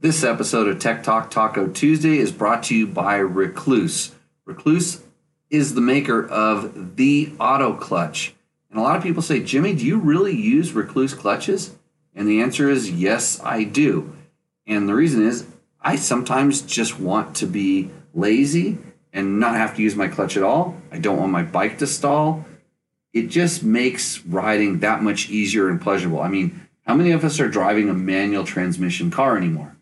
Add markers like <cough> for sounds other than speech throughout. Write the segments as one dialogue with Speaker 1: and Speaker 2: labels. Speaker 1: This episode of Tech Talk Taco Tuesday is brought to you by Recluse. Recluse is the maker of the auto clutch. And a lot of people say, Jimmy, do you really use Recluse clutches? And the answer is yes, I do. And the reason is I sometimes just want to be lazy and not have to use my clutch at all. I don't want my bike to stall. It just makes riding that much easier and pleasurable. I mean, how many of us are driving a manual transmission car anymore?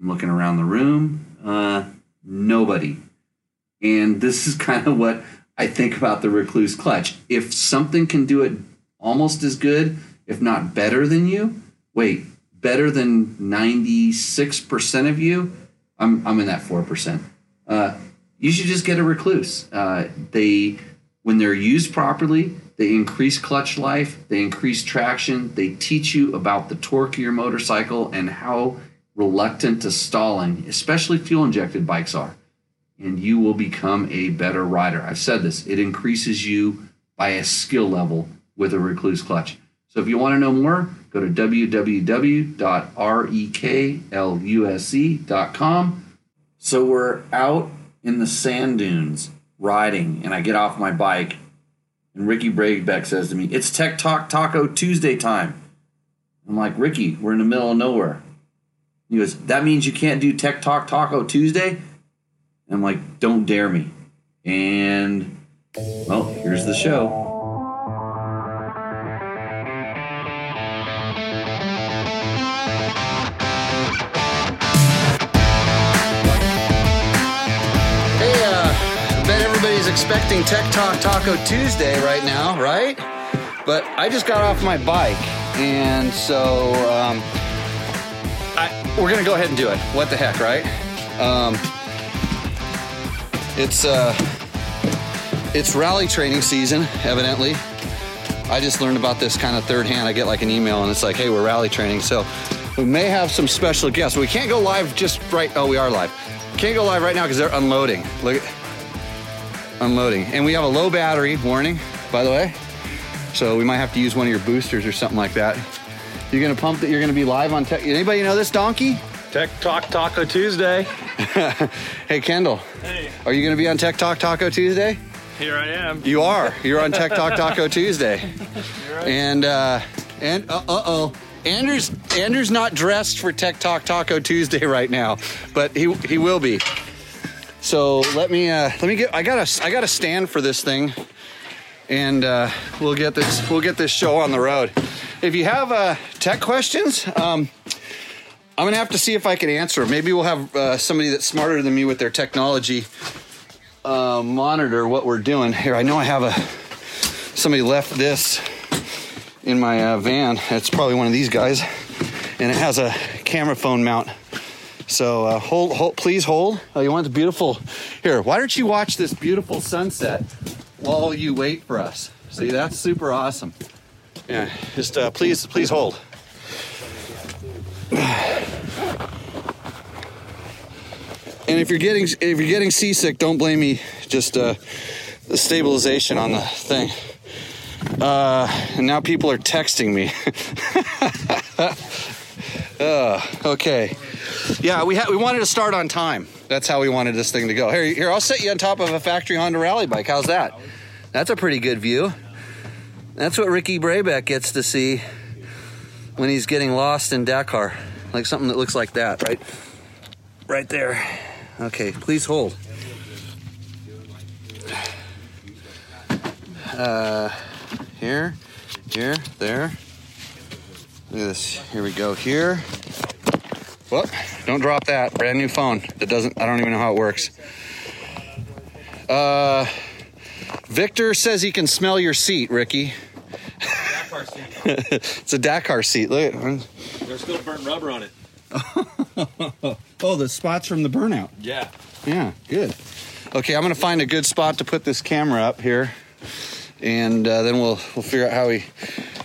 Speaker 1: I'm looking around the room. Uh, nobody. And this is kind of what I think about the recluse clutch. If something can do it almost as good, if not better than you, wait, better than 96% of you, I'm, I'm in that 4%. Uh, you should just get a recluse. Uh, they, when they're used properly, they increase clutch life, they increase traction, they teach you about the torque of your motorcycle and how reluctant to stalling, especially fuel injected bikes are and you will become a better rider. I've said this, it increases you by a skill level with a recluse clutch. So if you want to know more, go to E www.rekluse.com. E So we're out in the sand dunes riding, and I get off my bike, and Ricky Bragbeck says to me, It's Tech Talk Taco Tuesday time. I'm like, Ricky, we're in the middle of nowhere. He goes, That means you can't do Tech Talk Taco Tuesday? I'm like, don't dare me. And well, here's the show.
Speaker 2: Hey, uh, I bet everybody's expecting Tech Talk Taco Tuesday right now, right? But I just got off my bike, and so um, I, we're gonna go ahead and do it. What the heck, right? Um, it's uh, it's rally training season, evidently. I just learned about this kind of third hand. I get like an email and it's like, hey, we're rally training. So we may have some special guests. We can't go live just right. Oh, we are live. Can't go live right now because they're unloading. Look at unloading. And we have a low battery warning, by the way. So we might have to use one of your boosters or something like that. You're gonna pump that you're gonna be live on tech. Anybody know this donkey?
Speaker 3: Tech Talk Taco Tuesday.
Speaker 2: Hey Kendall,
Speaker 3: Hey,
Speaker 2: are you gonna be on Tech Talk Taco Tuesday?
Speaker 3: here I am.
Speaker 2: You are. You're on Tech Talk Taco Tuesday.
Speaker 3: right.
Speaker 2: And uh and uh oh. Anders Anders not dressed for Tech Talk Taco Tuesday <laughs> right now, but he he will be. So let me uh let me get I got to I got to stand for this thing and uh we'll get this we'll get this show on the road. If you have uh tech questions, um I'm gonna have to see if I can answer. Maybe we'll have uh, somebody that's smarter than me with their technology uh, monitor what we're doing here. I know I have a somebody left this in my uh, van. It's probably one of these guys, and it has a camera phone mount. So uh, hold, hold, please hold. Oh, you want the beautiful? Here, why don't you watch this beautiful sunset while you wait for us? See, that's super awesome. Yeah, just uh, please, please hold. And if you're getting if you're getting seasick, don't blame me. Just uh, the stabilization on the thing. Uh, and <laughs> now people are texting me. <laughs> uh, okay. Yeah, we ha- we wanted to start on time. That's how we wanted this thing to go. Here, here, I'll set you on top of a factory Honda Rally bike. How's that? That's a pretty good view. That's what Ricky Braybeck gets to see when he's getting lost in Dakar, like something that looks like that, right? Right there. Okay, please hold. Uh, here, here, there. Look at this. Here we go. Here. Whoop! Don't drop that. Brand new phone. That doesn't. I don't even know how it works. Uh, Victor says he can smell your seat, Ricky. <laughs> it's a Dakar seat. Look. at-
Speaker 3: There's still burnt rubber on it.
Speaker 2: Oh, the spots from the burnout.
Speaker 3: Yeah.
Speaker 2: Yeah, good. Okay, I'm gonna find a good spot to put this camera up here, and uh, then we'll we'll figure out how we.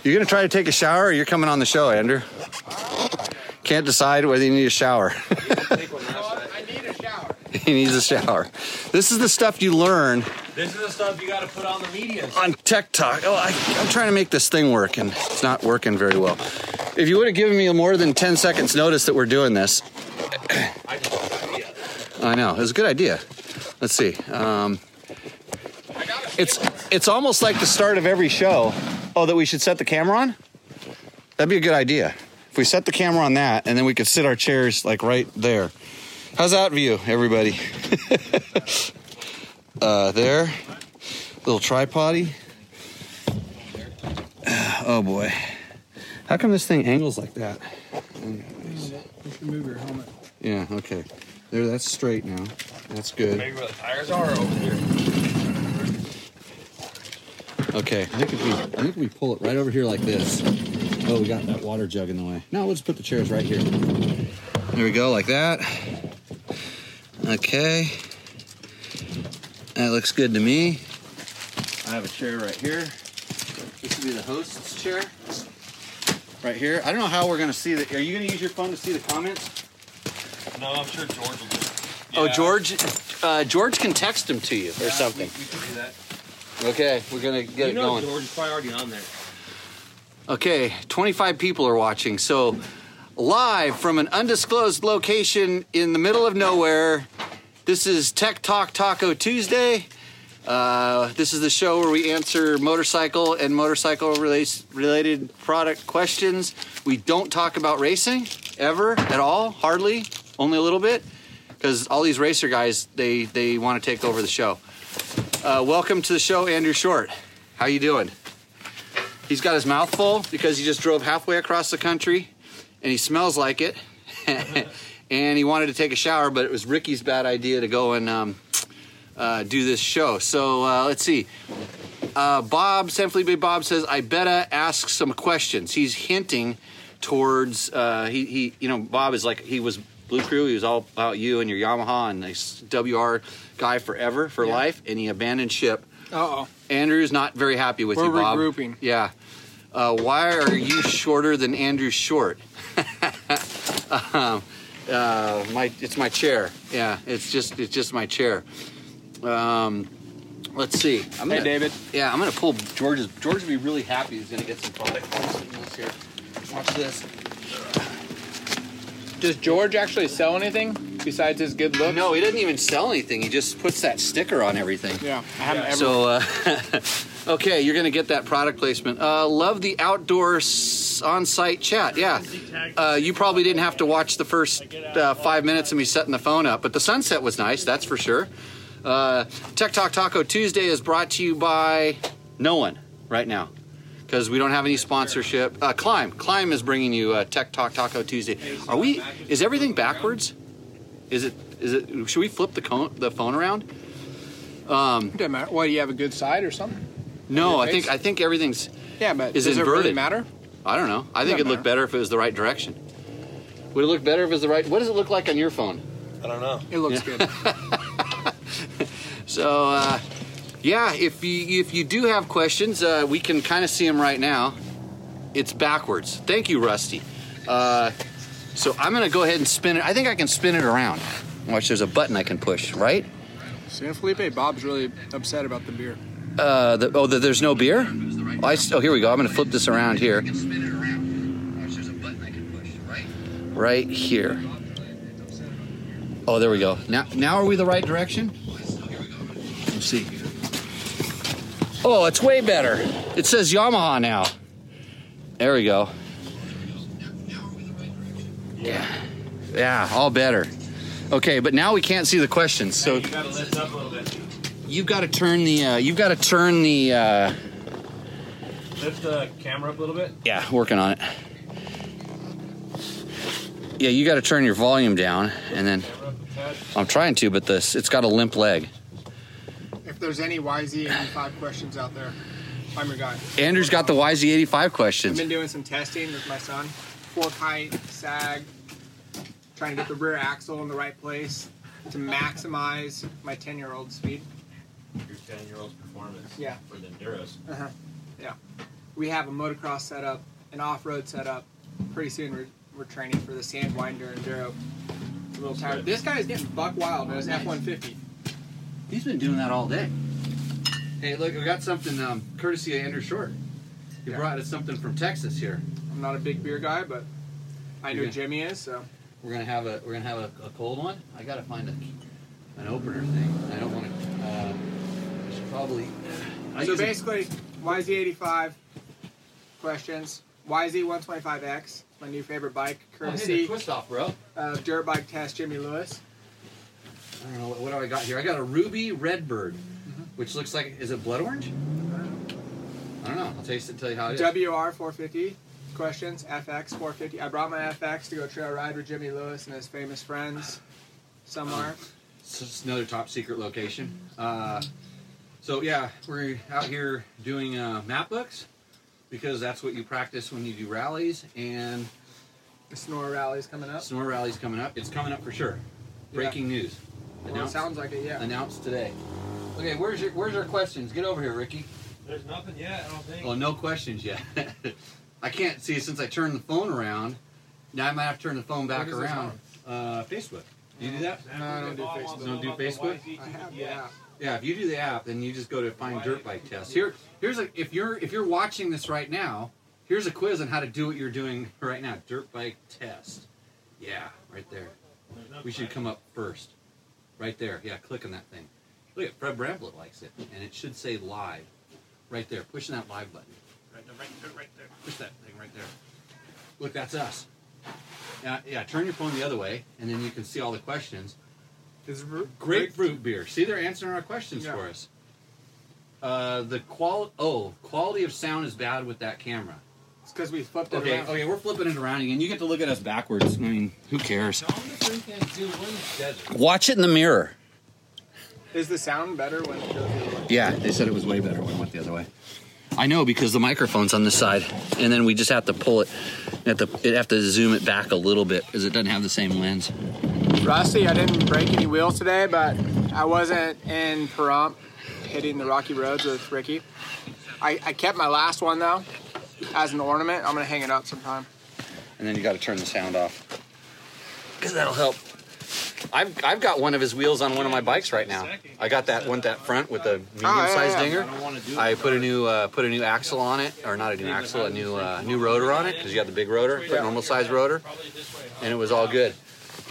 Speaker 2: You're gonna try to take a shower, or you're coming on the show, Andrew. Can't decide whether you need a shower. <laughs> he needs a shower. This is the stuff you learn
Speaker 3: This is the stuff you got to put on the media.
Speaker 2: on Tech Talk. Oh, I, I'm trying to make this thing work, and it's not working very well. If you would have given me more than 10 seconds notice that we're doing this,
Speaker 3: I just got an idea.
Speaker 2: I know. It was a good idea. Let's see. Um, it's it's almost like the start of every show. Oh, that we should set the camera on. That'd be a good idea. If we set the camera on that, and then we could sit our chairs like right there. How's that view, everybody? <laughs> uh, there, little tripody. <sighs> Oh boy, how come this thing angles like that?
Speaker 4: You should move your helmet.
Speaker 2: Yeah. Okay. There. That's straight now. That's good.
Speaker 3: Maybe where the tires are over here.
Speaker 2: Okay, I think if we, I think if we pull it right over here like this. Oh, we got that water jug in the way. No, we'll just put the chairs right here. There we go, like that. Okay, that looks good to me.
Speaker 3: I have a chair right here.
Speaker 2: This would be the host's chair, right here. I don't know how we're gonna see the. Are you gonna use your phone to see the comments?
Speaker 3: No, I'm sure George will do it.
Speaker 2: Oh,
Speaker 3: Yeah,
Speaker 2: George, uh, George can text him to you or
Speaker 3: yeah,
Speaker 2: something.
Speaker 3: We, we can do that.
Speaker 2: Okay, we're gonna get
Speaker 3: you
Speaker 2: it
Speaker 3: know
Speaker 2: going.
Speaker 3: George is probably already on there.
Speaker 2: Okay, 25 people are watching. So, live from an undisclosed location in the middle of nowhere, this is Tech Talk Taco Tuesday. Uh, this is the show where we answer motorcycle and motorcycle rela- related product questions. We don't talk about racing ever at all, hardly, only a little bit, because all these racer guys they they want to take over the show. Uh, welcome to the show, Andrew Short. How you doing? He's got his mouth full because he just drove halfway across the country and he smells like it. <laughs> and he wanted to take a shower, but it was Ricky's bad idea to go and um, uh, do this show. So uh, let's see. Uh, Bob, San Felipe Bob says, I better ask some questions. He's hinting towards, uh, he, he, you know, Bob is like, he was Blue Crew, he was all about you and your Yamaha and this WR guy forever, for life, and he abandoned ship.
Speaker 4: Uh oh.
Speaker 2: Andrew's not very happy with
Speaker 4: We're
Speaker 2: you, Bob.
Speaker 4: regrouping.
Speaker 2: Yeah. Uh, why are you shorter than Andrew Short? <laughs> um, uh, my, it's my chair. Yeah, it's just it's just my chair. Um, let's see. I'm
Speaker 4: Hey,
Speaker 2: gonna-
Speaker 4: David.
Speaker 2: Yeah, I'm gonna pull George's. George will be really happy. He's gonna get some product. Let's see here. Watch this.
Speaker 4: Does George actually sell anything besides his good looks?
Speaker 2: No, he doesn't even sell anything. He just puts that sticker on everything.
Speaker 4: Yeah, I haven't ever.
Speaker 2: So, uh, <laughs> okay, you're going to get that product placement. Uh, love the outdoor s- on-site chat. Yeah, uh, you probably didn't have to watch the first uh, five minutes of me setting the phone up, but the sunset was nice. That's for sure. Uh, Tech Talk Taco Tuesday is brought to you by no one right now because we don't have any sponsorship. Uh, Climb, Climb is bringing you uh, Tech Talk Taco Tuesday. Are we? Is everything backwards? Is it? Is it? Should we flip the cone, the phone around?
Speaker 4: Doesn't matter. What, do you have a good side or something?
Speaker 2: No,
Speaker 4: Your
Speaker 2: I think
Speaker 4: face?
Speaker 2: I think everything's.
Speaker 4: Yeah, but
Speaker 2: Is
Speaker 4: does it
Speaker 2: inverted.
Speaker 4: really matter?
Speaker 2: I don't know. I think
Speaker 4: Doesn't
Speaker 2: it'd look
Speaker 4: matter.
Speaker 2: better if it was the right direction. Would it look better if it was the right? What does it look like on your phone?
Speaker 3: I don't know.
Speaker 4: It
Speaker 2: <laughs>
Speaker 4: looks good.
Speaker 2: So, uh, yeah, if you if you do have questions, uh, we can kind of see them right now. It's backwards. Thank you, Rusty. Uh, so I'm gonna go ahead and spin it. I think I can spin it around. Watch, there's a button I can push. Right?
Speaker 4: San Felipe, Bob's really upset about the beer.
Speaker 2: Uh, the, oh, the, there's no beer. Oh, I s- oh, here we go. I'm gonna flip this around here. Right here. Oh, there we go. Now, now are we the right direction? Let's see. Oh, it's way better. It says Yamaha now. There we go. Yeah. Yeah, all better. Okay, but now we can't see the questions. So
Speaker 3: You gotta lift up a little bit.
Speaker 2: you've got to turn the uh, you've got to turn the uh,
Speaker 3: Lift the camera up a little bit.
Speaker 2: Yeah, working on it. Yeah, you got to turn your volume down, and then
Speaker 3: Camera up a tad.
Speaker 2: I'm trying to, but this it's got a limp leg.
Speaker 4: If there's any YZ85 questions out there, I'm your guy.
Speaker 2: Andrew's got the YZ85
Speaker 4: I've
Speaker 2: questions.
Speaker 4: been doing some testing with my son. Fork height, sag, trying to get the rear axle in the right place to maximize my 10 year old speed.
Speaker 3: Your 10 year old's performance.
Speaker 4: Yeah.
Speaker 3: For the Enduros.
Speaker 4: We have a motocross setup, an off road setup. Pretty soon we're, we're training for the Sandwinder Enduro. It's a little tired. This guy is getting buck wild in his F 150.
Speaker 2: He's been doing that all day. Hey, look, I got something um, courtesy of Andrew Short. He
Speaker 4: Yeah.
Speaker 2: brought us something from Texas here.
Speaker 4: I'm I'm not a big beer guy, but I know
Speaker 2: You're good.
Speaker 4: Jimmy is. So
Speaker 2: We're gonna have a we're gonna have a, a cold one. I gotta find a, an opener thing. I don't want to. Uh, there's probably. <sighs> I
Speaker 4: so
Speaker 2: use a-
Speaker 4: basically, YZ85 questions. YZ125X, my new favorite bike,
Speaker 2: oh, hey, the
Speaker 4: courtesy
Speaker 2: twist off, bro.
Speaker 4: of Dirt Bike Test Jimmy Lewis.
Speaker 2: I don't know what, what do I got here. I got a ruby redbird, which looks like is it blood orange? I don't know. I'll taste it. Tell you how it is.
Speaker 4: WR450 questions. FX450. I brought my FX to go trail ride with Jimmy Lewis and his famous friends somewhere.
Speaker 2: It's just another top secret location. Uh, so yeah, we're out here doing uh, map books because that's what you practice when you do rallies and
Speaker 4: The Snore rally's coming up.
Speaker 2: snore rallies coming up. It's coming up for sure. Breaking news.
Speaker 4: Well, it
Speaker 2: Announced,
Speaker 4: sounds like it, yeah.
Speaker 2: announced today. Okay, where's your where's our questions? Get over here, Ricky.
Speaker 5: There's nothing yet, I don't think.
Speaker 2: Well, Oh, no questions yet. <laughs> I can't see since I turned the phone around. Now I might have to turn the phone back
Speaker 4: What is this
Speaker 2: around. Uh, Facebook. Do you do that?
Speaker 5: Zach,
Speaker 4: No, I don't do
Speaker 5: all
Speaker 4: Facebook.
Speaker 5: wants to
Speaker 2: Don't
Speaker 5: know
Speaker 2: do
Speaker 5: about the
Speaker 2: Facebook?
Speaker 5: YZ2
Speaker 4: I have,
Speaker 5: yet.
Speaker 4: yeah.
Speaker 2: Yeah, if you do the app, then you just go to find dirt bike tests. Here, here's a if you're if you're watching this right now, here's a quiz on how to do what you're doing <laughs> right now. Dirt bike test. Yeah, right there.
Speaker 5: There's no
Speaker 2: We should
Speaker 5: question.
Speaker 2: come up first. Right there. Yeah, click on that thing. Look at Fred Bramblett likes it, and it should say live. Right there, pushing that live button.
Speaker 5: Right there, right there, right there.
Speaker 2: Push that thing right there. Look, that's us. Yeah, yeah. Turn your phone the other way, and then you can see all the questions.
Speaker 4: Is Ru-
Speaker 2: Grapefruit beer. See, they're answering our questions
Speaker 4: Yeah.
Speaker 2: for us. Uh, the qual oh quality of sound is bad with that camera.
Speaker 4: It's because we flipped it
Speaker 2: Okay,
Speaker 4: around.
Speaker 2: okay, we're flipping it around again. You get to look at us backwards. I mean, who cares? Watch it in the mirror.
Speaker 4: Is the sound better when it goes the other way?
Speaker 2: Yeah, they said it was way better when it went the other way. I know because the microphone's on this side, and then we just have to pull it. Have to, it have to zoom it back a little bit because it doesn't have the same lens.
Speaker 4: Rusty, I didn't break any wheels today, but I wasn't in Pahrump hitting the rocky roads with Ricky. I, I kept my last one though as an ornament. I'm gonna hang it up sometime.
Speaker 2: and then you got to turn the sound off because that'll help. I've I've got one of his wheels on one of my bikes right now. I got that one that front with the medium sized
Speaker 4: yeah, yeah.
Speaker 2: dinger. Oh, I put a new uh, put a new axle on it, or not a new axle, a new uh, new rotor on it because you got the big rotor, the normal size rotor,
Speaker 5: Probably this way, huh?
Speaker 2: and it was all good.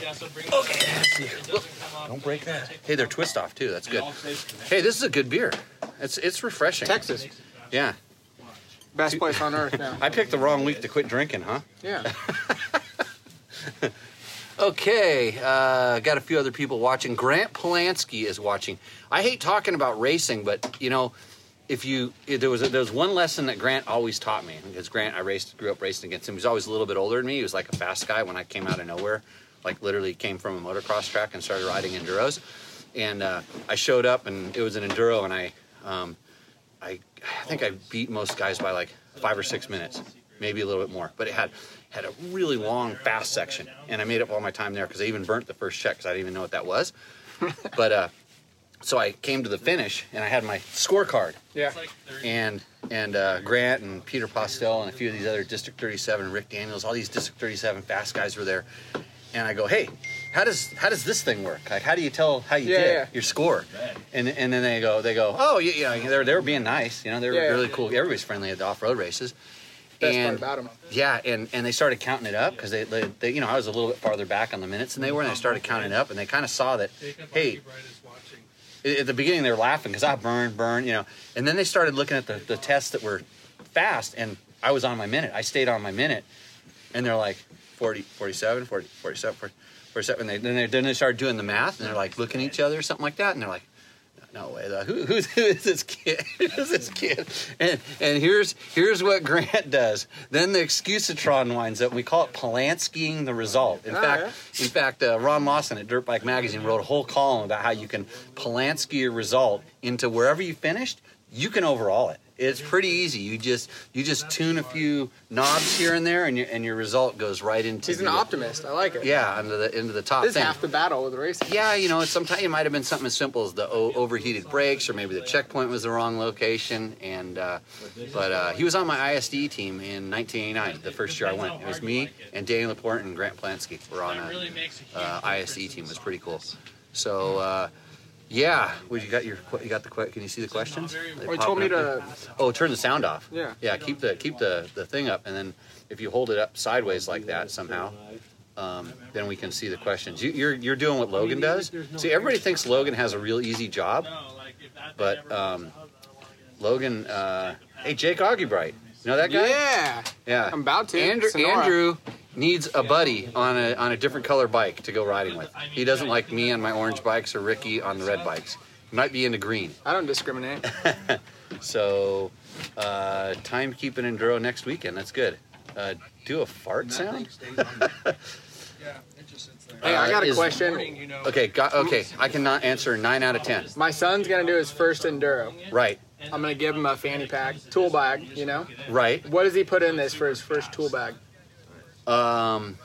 Speaker 5: Yeah, so bring it okay. It doesn't come off.
Speaker 2: Don't break that. Hey, they're twist off too. That's
Speaker 5: It
Speaker 2: good.
Speaker 5: all stays connected.
Speaker 2: Hey, this is a good beer. It's it's refreshing.
Speaker 4: Texas,
Speaker 2: Yeah,
Speaker 4: best place on earth now.
Speaker 2: <laughs> I picked the wrong week to quit drinking, huh?
Speaker 4: Yeah.
Speaker 2: Okay, uh, got a few other people watching. Grant Polanski is watching. I hate talking about racing, but you know, if you if there was there was one lesson that Grant always taught me because Grant I raced grew up racing against him. He was always a little bit older than me. He was like a fast guy when I came out of nowhere, like literally came from a motocross track and started riding enduros. And uh, I showed up and it was an enduro, and I um, I, I think I beat most guys by like five or six minutes, maybe a little bit more. But it had had a really long fast section, and I made up all my time there because I even burnt the first check because I didn't even know what that was. but uh, so I came to the finish and I had my scorecard,
Speaker 4: <laughs> Yeah.
Speaker 2: and and uh, Grant and Peter Postel and a few of these other District 37, Rick Daniels, all these District 37 fast guys were there, and I go, hey, how does how does this thing work? Like, how do you tell how you
Speaker 4: Yeah,
Speaker 2: did
Speaker 4: yeah.
Speaker 2: your score? And and then they go they go, oh yeah, yeah, they're they were being nice, you know, they were
Speaker 4: Yeah, yeah.
Speaker 2: really cool. Everybody's friendly at the off road races.
Speaker 4: Best
Speaker 2: and
Speaker 4: part about them.
Speaker 2: yeah, and, and they started counting it up because they, they, they, you know, I was a little bit farther back on the minutes than they were, and they started counting it up, and they kind of saw that, hey, at at the beginning they were laughing because I burn, burn, you know, and then they started looking at the, the tests that were fast, and I was on my minute. I stayed on my minute, and they're like 40, 47, 40, 47, 40, 47. And they, then, they, then they started doing the math, and they're like looking at each other or something like that, and they're like, no way. though. Who, who's, who is this kid? <laughs> Who's this kid? And and here's here's what Grant does. Then the excusatron winds up. and We call it Polanskiing the result. In
Speaker 4: Ah,
Speaker 2: fact, in fact, uh, Ron Lawson at Dirt Bike Magazine wrote a whole column about how you can Polanski your result into wherever you finished. You can overall it. It's pretty easy. You just you just tune a few knobs here and there, and your and your result goes right into.
Speaker 4: He's an
Speaker 2: the-
Speaker 4: optimist. I like it.
Speaker 2: Yeah, into the into the top
Speaker 4: This is
Speaker 2: thing
Speaker 4: half the battle with racing.
Speaker 2: yeah, you know, sometimes it might have been something as simple as the o- overheated brakes, or maybe the checkpoint was the wrong location. And uh, but uh, he was on my ISD team in 1989, the first year I went. It was me and Danny Laporte and Grant Plansky were on a uh, ISD team. It was pretty cool. So uh, yeah, well, you got your que- you got the que- can you see the questions? They
Speaker 4: Well, he
Speaker 2: popping
Speaker 4: told me
Speaker 2: up there.
Speaker 4: to.
Speaker 2: Oh, turn the sound off.
Speaker 4: Yeah.
Speaker 2: Yeah, keep the keep the, the thing up, and then if you hold it up sideways like that somehow, um, then we can see the questions. You, you're you're doing what Logan does. See, everybody thinks Logan has a real easy job.
Speaker 3: Oh,
Speaker 5: No, like if that thing
Speaker 2: But,
Speaker 5: ever becomes
Speaker 2: um,
Speaker 5: a hub, I don't wanna get
Speaker 2: Logan, uh, hey Jake Augubright, you know that guy?
Speaker 4: Yeah,
Speaker 2: yeah.
Speaker 4: I'm about to.
Speaker 2: Andrew,
Speaker 4: Sonora.
Speaker 2: Andrew needs a buddy on a on a different color bike to go riding with. He doesn't like me on my orange bikes or Ricky on the red bikes. He might be into green.
Speaker 4: I don't
Speaker 2: <laughs>
Speaker 4: discriminate.
Speaker 2: So, uh, timekeeping enduro next weekend. That's good. Uh, do a fart sound?
Speaker 4: Hey, I
Speaker 2: Uh,
Speaker 4: got a
Speaker 2: is-
Speaker 5: in,
Speaker 4: question.
Speaker 5: you know.
Speaker 2: Okay, got, okay. I cannot answer nine out of ten.
Speaker 4: My son's gonna do his first enduro.
Speaker 2: Right,
Speaker 4: I'm gonna give him a fanny pack, tool bag. You know,
Speaker 2: right.
Speaker 4: what does he put in this for his first tool bag?
Speaker 2: Um,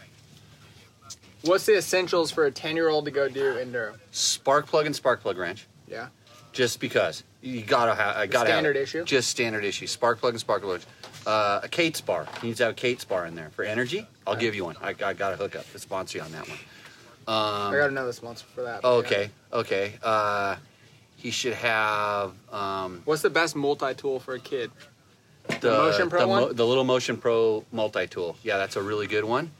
Speaker 4: What's the essentials for a ten-year-old to go do enduro?
Speaker 2: spark plug and spark plug wrench.
Speaker 4: Yeah,
Speaker 2: just because you gotta have I gotta
Speaker 4: Standard
Speaker 2: have it.
Speaker 4: issue?
Speaker 2: Just standard issue. Spark plug and spark plug. Uh, a Kate's bar. You need to have a Kate's bar in there for energy. I'll give you one. I, I got a hookup. to sponsor you on that one.
Speaker 4: I got another sponsor for that.
Speaker 2: Oh, Um, okay, okay. Uh, he should have um,
Speaker 4: What's the best multi-tool for a kid?
Speaker 2: the
Speaker 4: Motion Pro
Speaker 2: the,
Speaker 4: one?
Speaker 2: the little Motion Pro multi tool. Yeah, that's a really good one.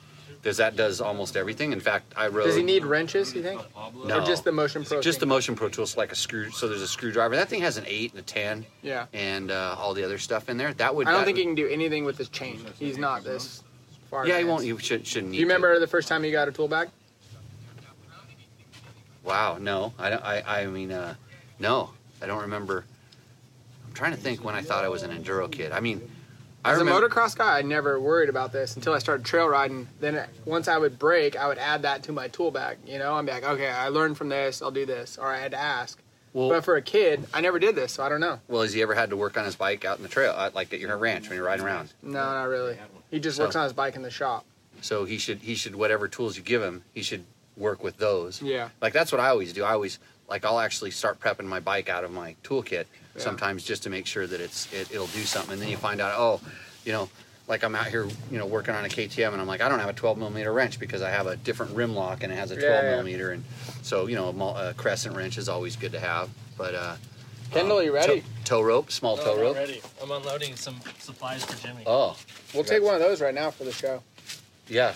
Speaker 2: Because that does almost everything. In fact, I rode.
Speaker 4: Does he need wrenches? You think,
Speaker 2: no,
Speaker 4: or just the motion pro?
Speaker 2: just the
Speaker 4: thing?
Speaker 2: Motion Pro tool? So like a screw. So there's a screwdriver. That thing has an eight and a ten.
Speaker 4: Yeah.
Speaker 2: And uh, all the other stuff in there. That would.
Speaker 4: I
Speaker 2: that-
Speaker 4: don't think he can do anything with his chain. He's not this far.
Speaker 2: Yeah, he won't.
Speaker 4: advanced.
Speaker 2: You should, shouldn't need.
Speaker 4: Do you
Speaker 2: to.
Speaker 4: remember the first time you got a tool bag?
Speaker 2: Wow. No, I don't. I, I mean, uh, no, I don't remember. I'm trying to think when I thought I was an enduro kid. I mean, I
Speaker 4: As a
Speaker 2: remember.
Speaker 4: motocross guy, I never worried about this until I started trail riding. Then it- once I would break, I would add that to my tool bag. You know, I'm like, okay, I learned from this. I'll do this, or I had to ask.
Speaker 2: Well,
Speaker 4: But for a kid, I never did this, so I don't know.
Speaker 2: well, has he ever had to work on his bike out in the trail, out, like at your ranch when you're riding around?
Speaker 4: No, not really. He just works
Speaker 2: So-
Speaker 4: on his bike in the shop.
Speaker 2: So he should. He should. Whatever tools you give him, he should work with those.
Speaker 4: Yeah.
Speaker 2: Like that's what I always do. I always like I'll actually start prepping my bike out of my toolkit
Speaker 4: Yeah.
Speaker 2: sometimes just to make sure that it's it, it'll do something. And then you find out, oh, you know, like I'm out here, you know, working on a KTM, and I'm like, I don't have a 12 millimeter wrench because I have a different rim lock and it has a 12
Speaker 4: yeah.
Speaker 2: millimeter, and so you know, a, mul- a crescent wrench is always good to have. But uh,
Speaker 4: Kendall,
Speaker 2: um,
Speaker 4: you ready?
Speaker 2: Tow, tow rope, small
Speaker 5: No,
Speaker 2: tow
Speaker 5: not
Speaker 2: rope.
Speaker 5: ready. I'm unloading some supplies for Jimmy.
Speaker 2: Oh,
Speaker 4: We'll take one of those right now for the show.
Speaker 2: yeah,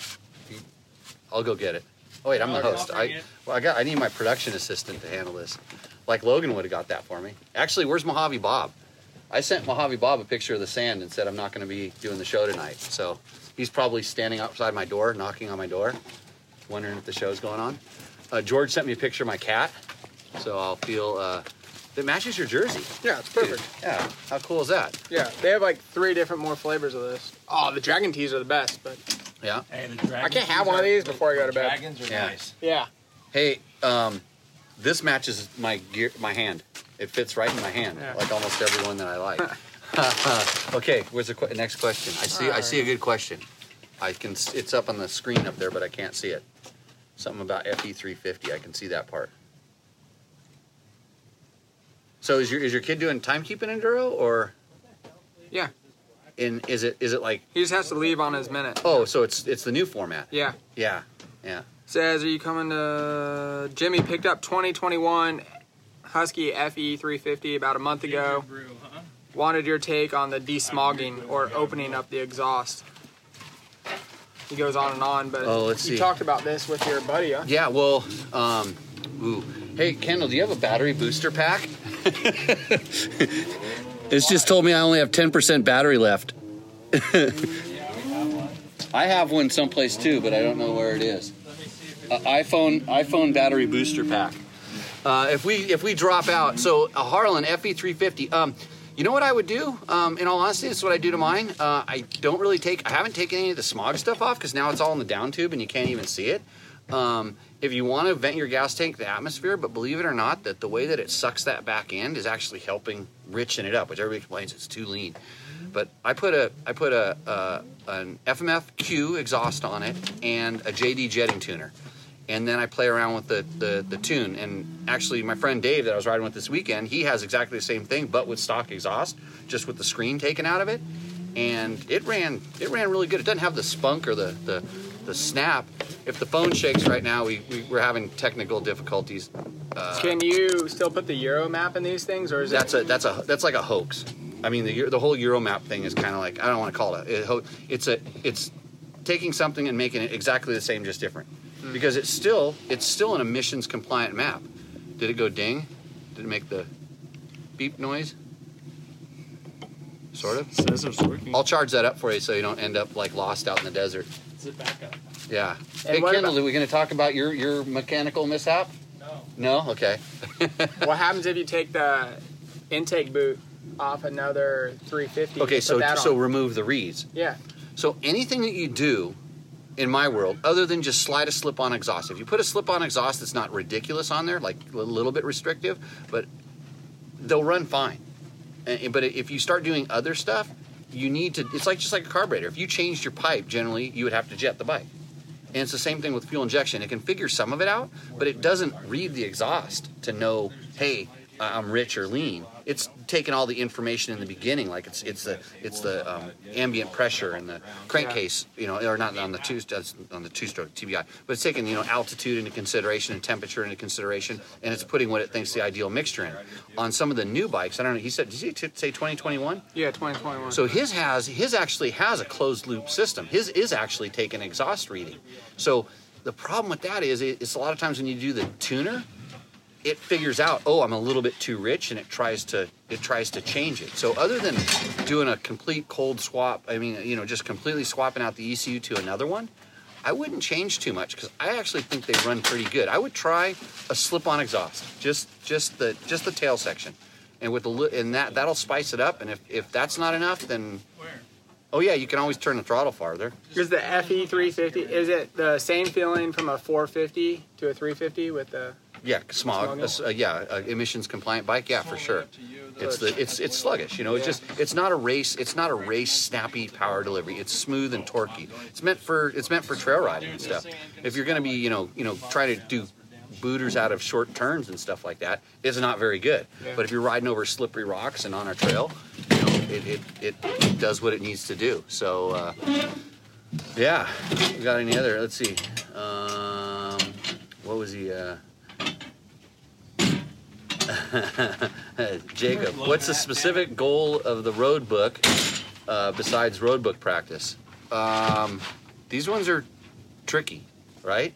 Speaker 2: I'll go get it. Oh wait, I'm the
Speaker 5: Oh,
Speaker 2: host.
Speaker 5: I'll bring
Speaker 2: I
Speaker 5: it.
Speaker 2: well, I got I need my production assistant to handle this. Like Logan would have got that for me. Actually, where's Mojave Bob? I sent Mojave Bob a picture of the sand and said I'm not going to be doing the show tonight. So he's probably standing outside my door, knocking on my door, wondering if the show's going on. Uh, George sent me a picture of my cat, so I'll feel uh, that matches your jersey.
Speaker 4: Yeah, it's
Speaker 2: Dude,
Speaker 4: perfect.
Speaker 2: yeah, how cool is that?
Speaker 4: Yeah, they have like three different more flavors of this. Oh, the dragon teas are the best, but
Speaker 2: Yeah.
Speaker 5: Hey, the
Speaker 4: I can't have one of these before I go to bed.
Speaker 5: dragons are
Speaker 2: Yeah.
Speaker 5: nice.
Speaker 4: Yeah.
Speaker 2: Hey, um, this matches my gear, my hand. It fits right in my hand,
Speaker 4: Yeah.
Speaker 2: like almost everyone that I like. okay, where's the qu- next question? I see, I see a good question. I can, s- it's up on the screen up there, but I can't see it. Something about FE three fifty. I can see that part. So is your is your kid doing timekeeping enduro or
Speaker 4: Yeah.
Speaker 2: in is it is it like
Speaker 4: He just has to leave on his minute.
Speaker 2: oh so it's it's the new format?
Speaker 4: Yeah.
Speaker 2: Yeah, yeah.
Speaker 4: Says, are you coming to Jimmy picked up 2021 Husky FE 350 about a month ago.
Speaker 5: Brew, huh?
Speaker 4: Wanted your take on the desmogging or opening up the exhaust. He goes on and on, but
Speaker 2: Oh, let's
Speaker 4: you
Speaker 2: see.
Speaker 4: talked about this with your buddy,
Speaker 5: Uh,
Speaker 4: huh?
Speaker 2: Yeah, well, um, ooh. Hey, Kendall, do you have a battery booster pack? <laughs> it's just told me I only have 10% battery left. <laughs> I have one someplace too, but I don't know where it is.
Speaker 5: Let me see if
Speaker 2: A iPhone iPhone battery booster pack. Uh, if we if we drop out, so a Harlan FE350. Um, you know what I would do? Um, in all honesty, this is what I do to mine. Uh, I don't really take. I haven't taken any of the smog stuff off because now it's all in the down tube and you can't even see it. Um, if you want to vent your gas tank to atmosphere, but believe it or not, that the way that it sucks that back end is actually helping richen it up, which everybody complains it's too lean. But I put a I put a uh, an FMFQ exhaust on it and a JD jetting tuner, and then I play around with the, the the tune. And actually, my friend Dave that I was riding with this weekend, he has exactly the same thing, but with stock exhaust, just with the screen taken out of it, and it ran it ran really good. It doesn't have the spunk or the the, the snap. If the phone shakes right now, we, we we're having technical difficulties.
Speaker 4: Can you still put the Euro map in these things, or is
Speaker 2: That's
Speaker 4: it?
Speaker 2: a that's a that's like a hoax. I mean, the Euro- the whole Euromap thing is kind of like I don't want to call it. a- it ho- It's a it's taking something and making it exactly the same, just different. Because it's still it's still an emissions compliant map. Did it go ding? Did it make the beep noise? Sort of.
Speaker 5: Says it's working.
Speaker 2: I'll charge that up for you so you don't end up like lost out in the desert.
Speaker 5: Is it back up?
Speaker 2: Yeah.
Speaker 4: And
Speaker 2: hey,
Speaker 4: what
Speaker 2: Kendall,
Speaker 4: about-
Speaker 2: are we going to talk about your your mechanical mishap?
Speaker 5: No.
Speaker 2: No. Okay.
Speaker 4: <laughs> What happens if you take the intake boot off another 350?
Speaker 2: Okay.
Speaker 4: Put
Speaker 2: So
Speaker 4: that
Speaker 2: so
Speaker 4: on.
Speaker 2: remove the reeds.
Speaker 4: yeah,
Speaker 2: So anything that you do in my world, other than just slide a slip on exhaust, if you put a slip on exhaust that's not ridiculous on there, like a little bit restrictive, but they'll run fine. And, but if you start doing other stuff, you need to, it's like just like a carburetor. If you changed your pipe, generally you would have to jet the bike. And it's the same thing with fuel injection. It can figure some of it out, but it doesn't read the exhaust to know, hey, I- I'm rich or lean. It's taking all the information in the beginning, like it's it's the it's the um, ambient pressure and the crankcase, you know, or not on the two that's on the two stroke TBI, but it's taking you know altitude into consideration and temperature into consideration, and it's putting what it thinks the ideal mixture in. On some of the new bikes, I don't know. He said, did he t- say 2021?
Speaker 4: yeah, 2021.
Speaker 2: So his has his actually has a closed loop system. His is actually taking exhaust reading. So the problem with that is it- it's a lot of times when you do the tuner, it figures out, oh, I'm a little bit too rich, and it tries to it tries to change it. So other than doing a complete cold swap, I mean, you know, just completely swapping out the ECU to another one, I wouldn't change too much because I actually think they run pretty good. I would try a slip-on exhaust, just just the just the tail section, and with the li- and that that'll spice it up. And if if that's not enough, then
Speaker 5: Where?
Speaker 2: oh yeah, you can always turn the throttle farther.
Speaker 4: Is the FE 350? Is it the same feeling from a 450 to a 350 with the?
Speaker 2: Yeah, smog.
Speaker 4: Smog.
Speaker 2: uh, s- uh, yeah, uh, emissions compliant bike. Yeah, for sure. It's the it's it's sluggish. You know, it's
Speaker 4: Yeah.
Speaker 2: just it's not a race. It's not a race snappy power delivery. It's smooth and torquey. It's meant for it's meant for trail riding and stuff. If you're going to be you know you know trying to do booters out of short turns and stuff like that, it's not very good.
Speaker 4: Yeah.
Speaker 2: But if you're riding over slippery rocks and on a trail, you know it it, it, it does what it needs to do. So. Uh, yeah. We got any other? Let's see. Um, what was he? Uh... <laughs> Jacob, what's the specific goal of the road book uh, besides road book practice? Um, these ones are tricky, right?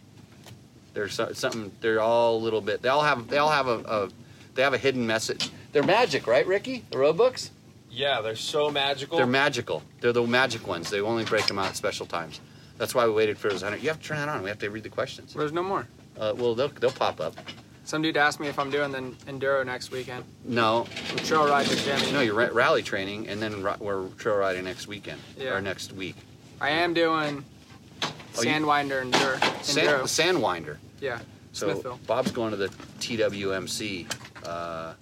Speaker 2: There's so- something. They're all a little bit. They all have. They all have a. a they have a hidden message. They're magic, right, Ricky? The road books.
Speaker 6: Yeah, they're so magical.
Speaker 2: They're magical. They're the magic ones. They only break them out at special times. That's why we waited for those 100. You have to turn that on. We have to read the questions.
Speaker 4: There's no more.
Speaker 2: Uh, well, they'll, they'll pop up.
Speaker 4: Some dude asked me if I'm doing the enduro next weekend.
Speaker 2: No,
Speaker 4: The trail ride with Jimmy.
Speaker 2: no, you're ra- rally training, and then ra- we're trail riding next weekend
Speaker 4: Yeah.
Speaker 2: or next week.
Speaker 4: I am doing
Speaker 2: Oh, you-
Speaker 4: Sandwinder enduro.
Speaker 2: Sand,
Speaker 4: enduro.
Speaker 2: Sandwinder.
Speaker 4: yeah.
Speaker 2: So
Speaker 4: Smithville.
Speaker 2: Bob's going to the TWMC uh,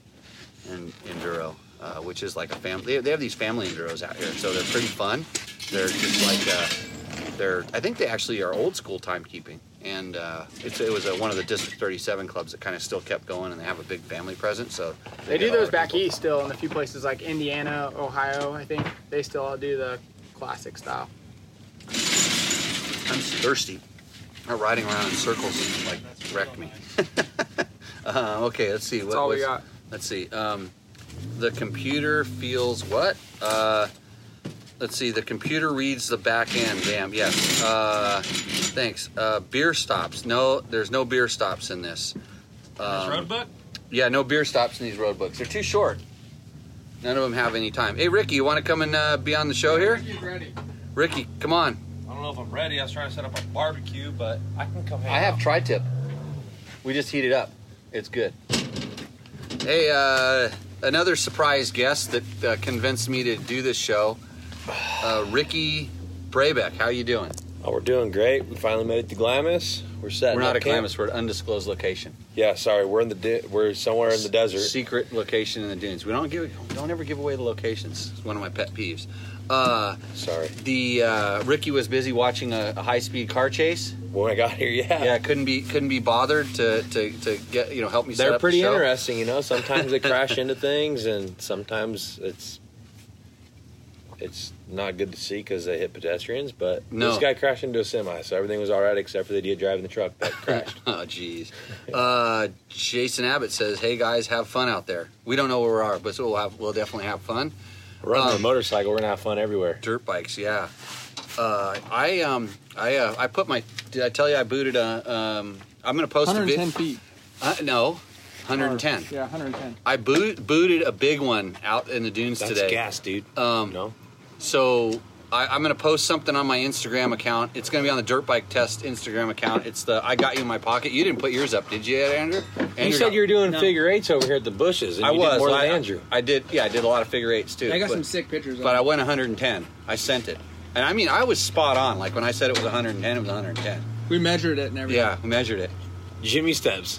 Speaker 2: in enduro, uh, which is like a family. They, they have these family enduros out here, so they're pretty fun. They're just like uh, they're. I think they actually are old school timekeeping, and uh, it's, it was uh one of the District 37 clubs that kind of still kept going, and they have a big family presence. So
Speaker 4: They
Speaker 2: get
Speaker 4: do
Speaker 2: a lot
Speaker 4: those
Speaker 2: of
Speaker 4: back
Speaker 2: people.
Speaker 4: east still in a few places like Indiana, Ohio. I think they still all do the classic style.
Speaker 2: I'm thirsty. I'm riding around in circles like wrecked me. <laughs> uh, okay, let's see.
Speaker 4: That's all we
Speaker 2: was-
Speaker 4: got.
Speaker 2: Let's see. Um, the computer feels what? Uh, let's see. The computer reads the back end. Damn. Yes. Uh, thanks. Uh, beer stops. No, there's no beer stops in this. Um,
Speaker 5: This road book?
Speaker 2: Yeah, no beer stops in these road books. They're too short. None of them have any time. Hey, Ricky, you want to come and uh, be on the show here?
Speaker 6: ready.
Speaker 2: Ricky, come on.
Speaker 6: I don't know if I'm ready. I was trying to set up a barbecue, but I can come hang
Speaker 2: I have
Speaker 6: out.
Speaker 2: tri tip. We just heat it up. It's good. Hey, uh, another surprise guest that uh, convinced me to do this show, uh, Ricky Braybeck. How you doing?
Speaker 3: Oh, we're doing great. We finally made it to Glamis. We're setting
Speaker 2: We're not
Speaker 3: up
Speaker 2: at
Speaker 3: camp.
Speaker 2: Glamis. We're at undisclosed location.
Speaker 3: Yeah, sorry. We're in the de- we're somewhere in the desert.
Speaker 2: Secret location in the dunes. We don't give. Don't ever give away the locations. It's one of my pet peeves. Uh,
Speaker 3: Sorry.
Speaker 2: the uh, Ricky was busy watching a, a high-speed car chase.
Speaker 3: When I got here, <laughs> yeah.
Speaker 2: Yeah, couldn't be couldn't be bothered to to, to get you know help me. set
Speaker 3: They're
Speaker 2: up
Speaker 3: pretty
Speaker 2: the show.
Speaker 3: interesting, you know. Sometimes they
Speaker 2: <laughs>
Speaker 3: crash into things, and sometimes it's it's not good to see because they hit pedestrians. But
Speaker 2: No.
Speaker 3: this guy crashed into a semi, so everything was all right except for the idiot driving the truck
Speaker 2: <laughs>
Speaker 3: that crashed.
Speaker 2: Oh, jeez. Uh, Jason Abbott says, "Hey guys, have fun out there. We don't know where we are, but we'll have we'll definitely have fun."
Speaker 3: Running a motorcycle, we're gonna have fun everywhere.
Speaker 2: dirt bikes. Yeah. Uh, I um I uh, I put my did I tell you I booted a um I'm gonna post a
Speaker 4: 110
Speaker 2: video.
Speaker 4: feet.
Speaker 2: Uh, no, 110.
Speaker 4: Yeah, 110.
Speaker 2: I boot, booted a big one out in the dunes
Speaker 3: That's
Speaker 2: today.
Speaker 3: gas, dude.
Speaker 2: Um,
Speaker 3: no,
Speaker 2: So I, I'm going to post something on my Instagram account. It's going to be on the Dirt Bike Test Instagram account. It's the I got you in my pocket. You didn't put yours up, did you, Andrew?
Speaker 3: you
Speaker 2: Andrew
Speaker 3: said
Speaker 2: got-
Speaker 3: you were doing figure eights over here at the bushes, and
Speaker 2: I
Speaker 3: you
Speaker 2: was
Speaker 3: did more
Speaker 2: I,
Speaker 3: than Andrew.
Speaker 2: I did. Yeah, I did a lot of figure eights too.
Speaker 4: I got
Speaker 2: but,
Speaker 4: some sick pictures.
Speaker 2: But I
Speaker 4: of
Speaker 2: went 110. I sent it, and I mean I was spot on. Like when I said it was 110, it was 110.
Speaker 4: it. we measured it and everything.
Speaker 2: Yeah, we measured it.
Speaker 3: Jimmy steps.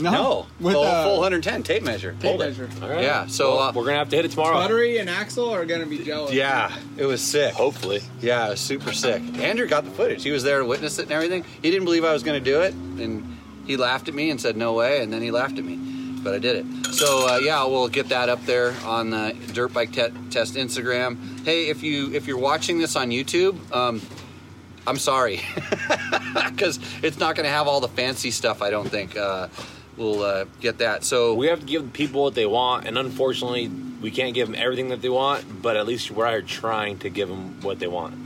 Speaker 2: No,
Speaker 4: with
Speaker 2: full,
Speaker 4: uh,
Speaker 2: full 110 tape measure.
Speaker 4: tape
Speaker 2: Hold it.
Speaker 4: measure.
Speaker 3: All right.
Speaker 2: Yeah, so,
Speaker 3: Well,
Speaker 2: uh,
Speaker 3: we're gonna have to hit it tomorrow.
Speaker 4: Buttery and Axel are gonna be jealous.
Speaker 2: Yeah, it was sick.
Speaker 3: Hopefully,
Speaker 2: Yeah, it was super sick. Andrew got the footage. He was there to witness it and everything. He didn't believe I was going to do it, and he laughed at me and said, "No way!" And then he laughed at me, but I did it. So uh, yeah, we'll get that up there on the Dirt Bike Te- Test Instagram. Hey, if you if you're watching this on YouTube, um, I'm sorry <laughs> because it's not going to have all the fancy stuff. I don't think uh, we'll uh, get that. So
Speaker 3: we have to give the people what they want, and unfortunately, we can't give them everything that they want. But at least we're out here trying to give them what they want.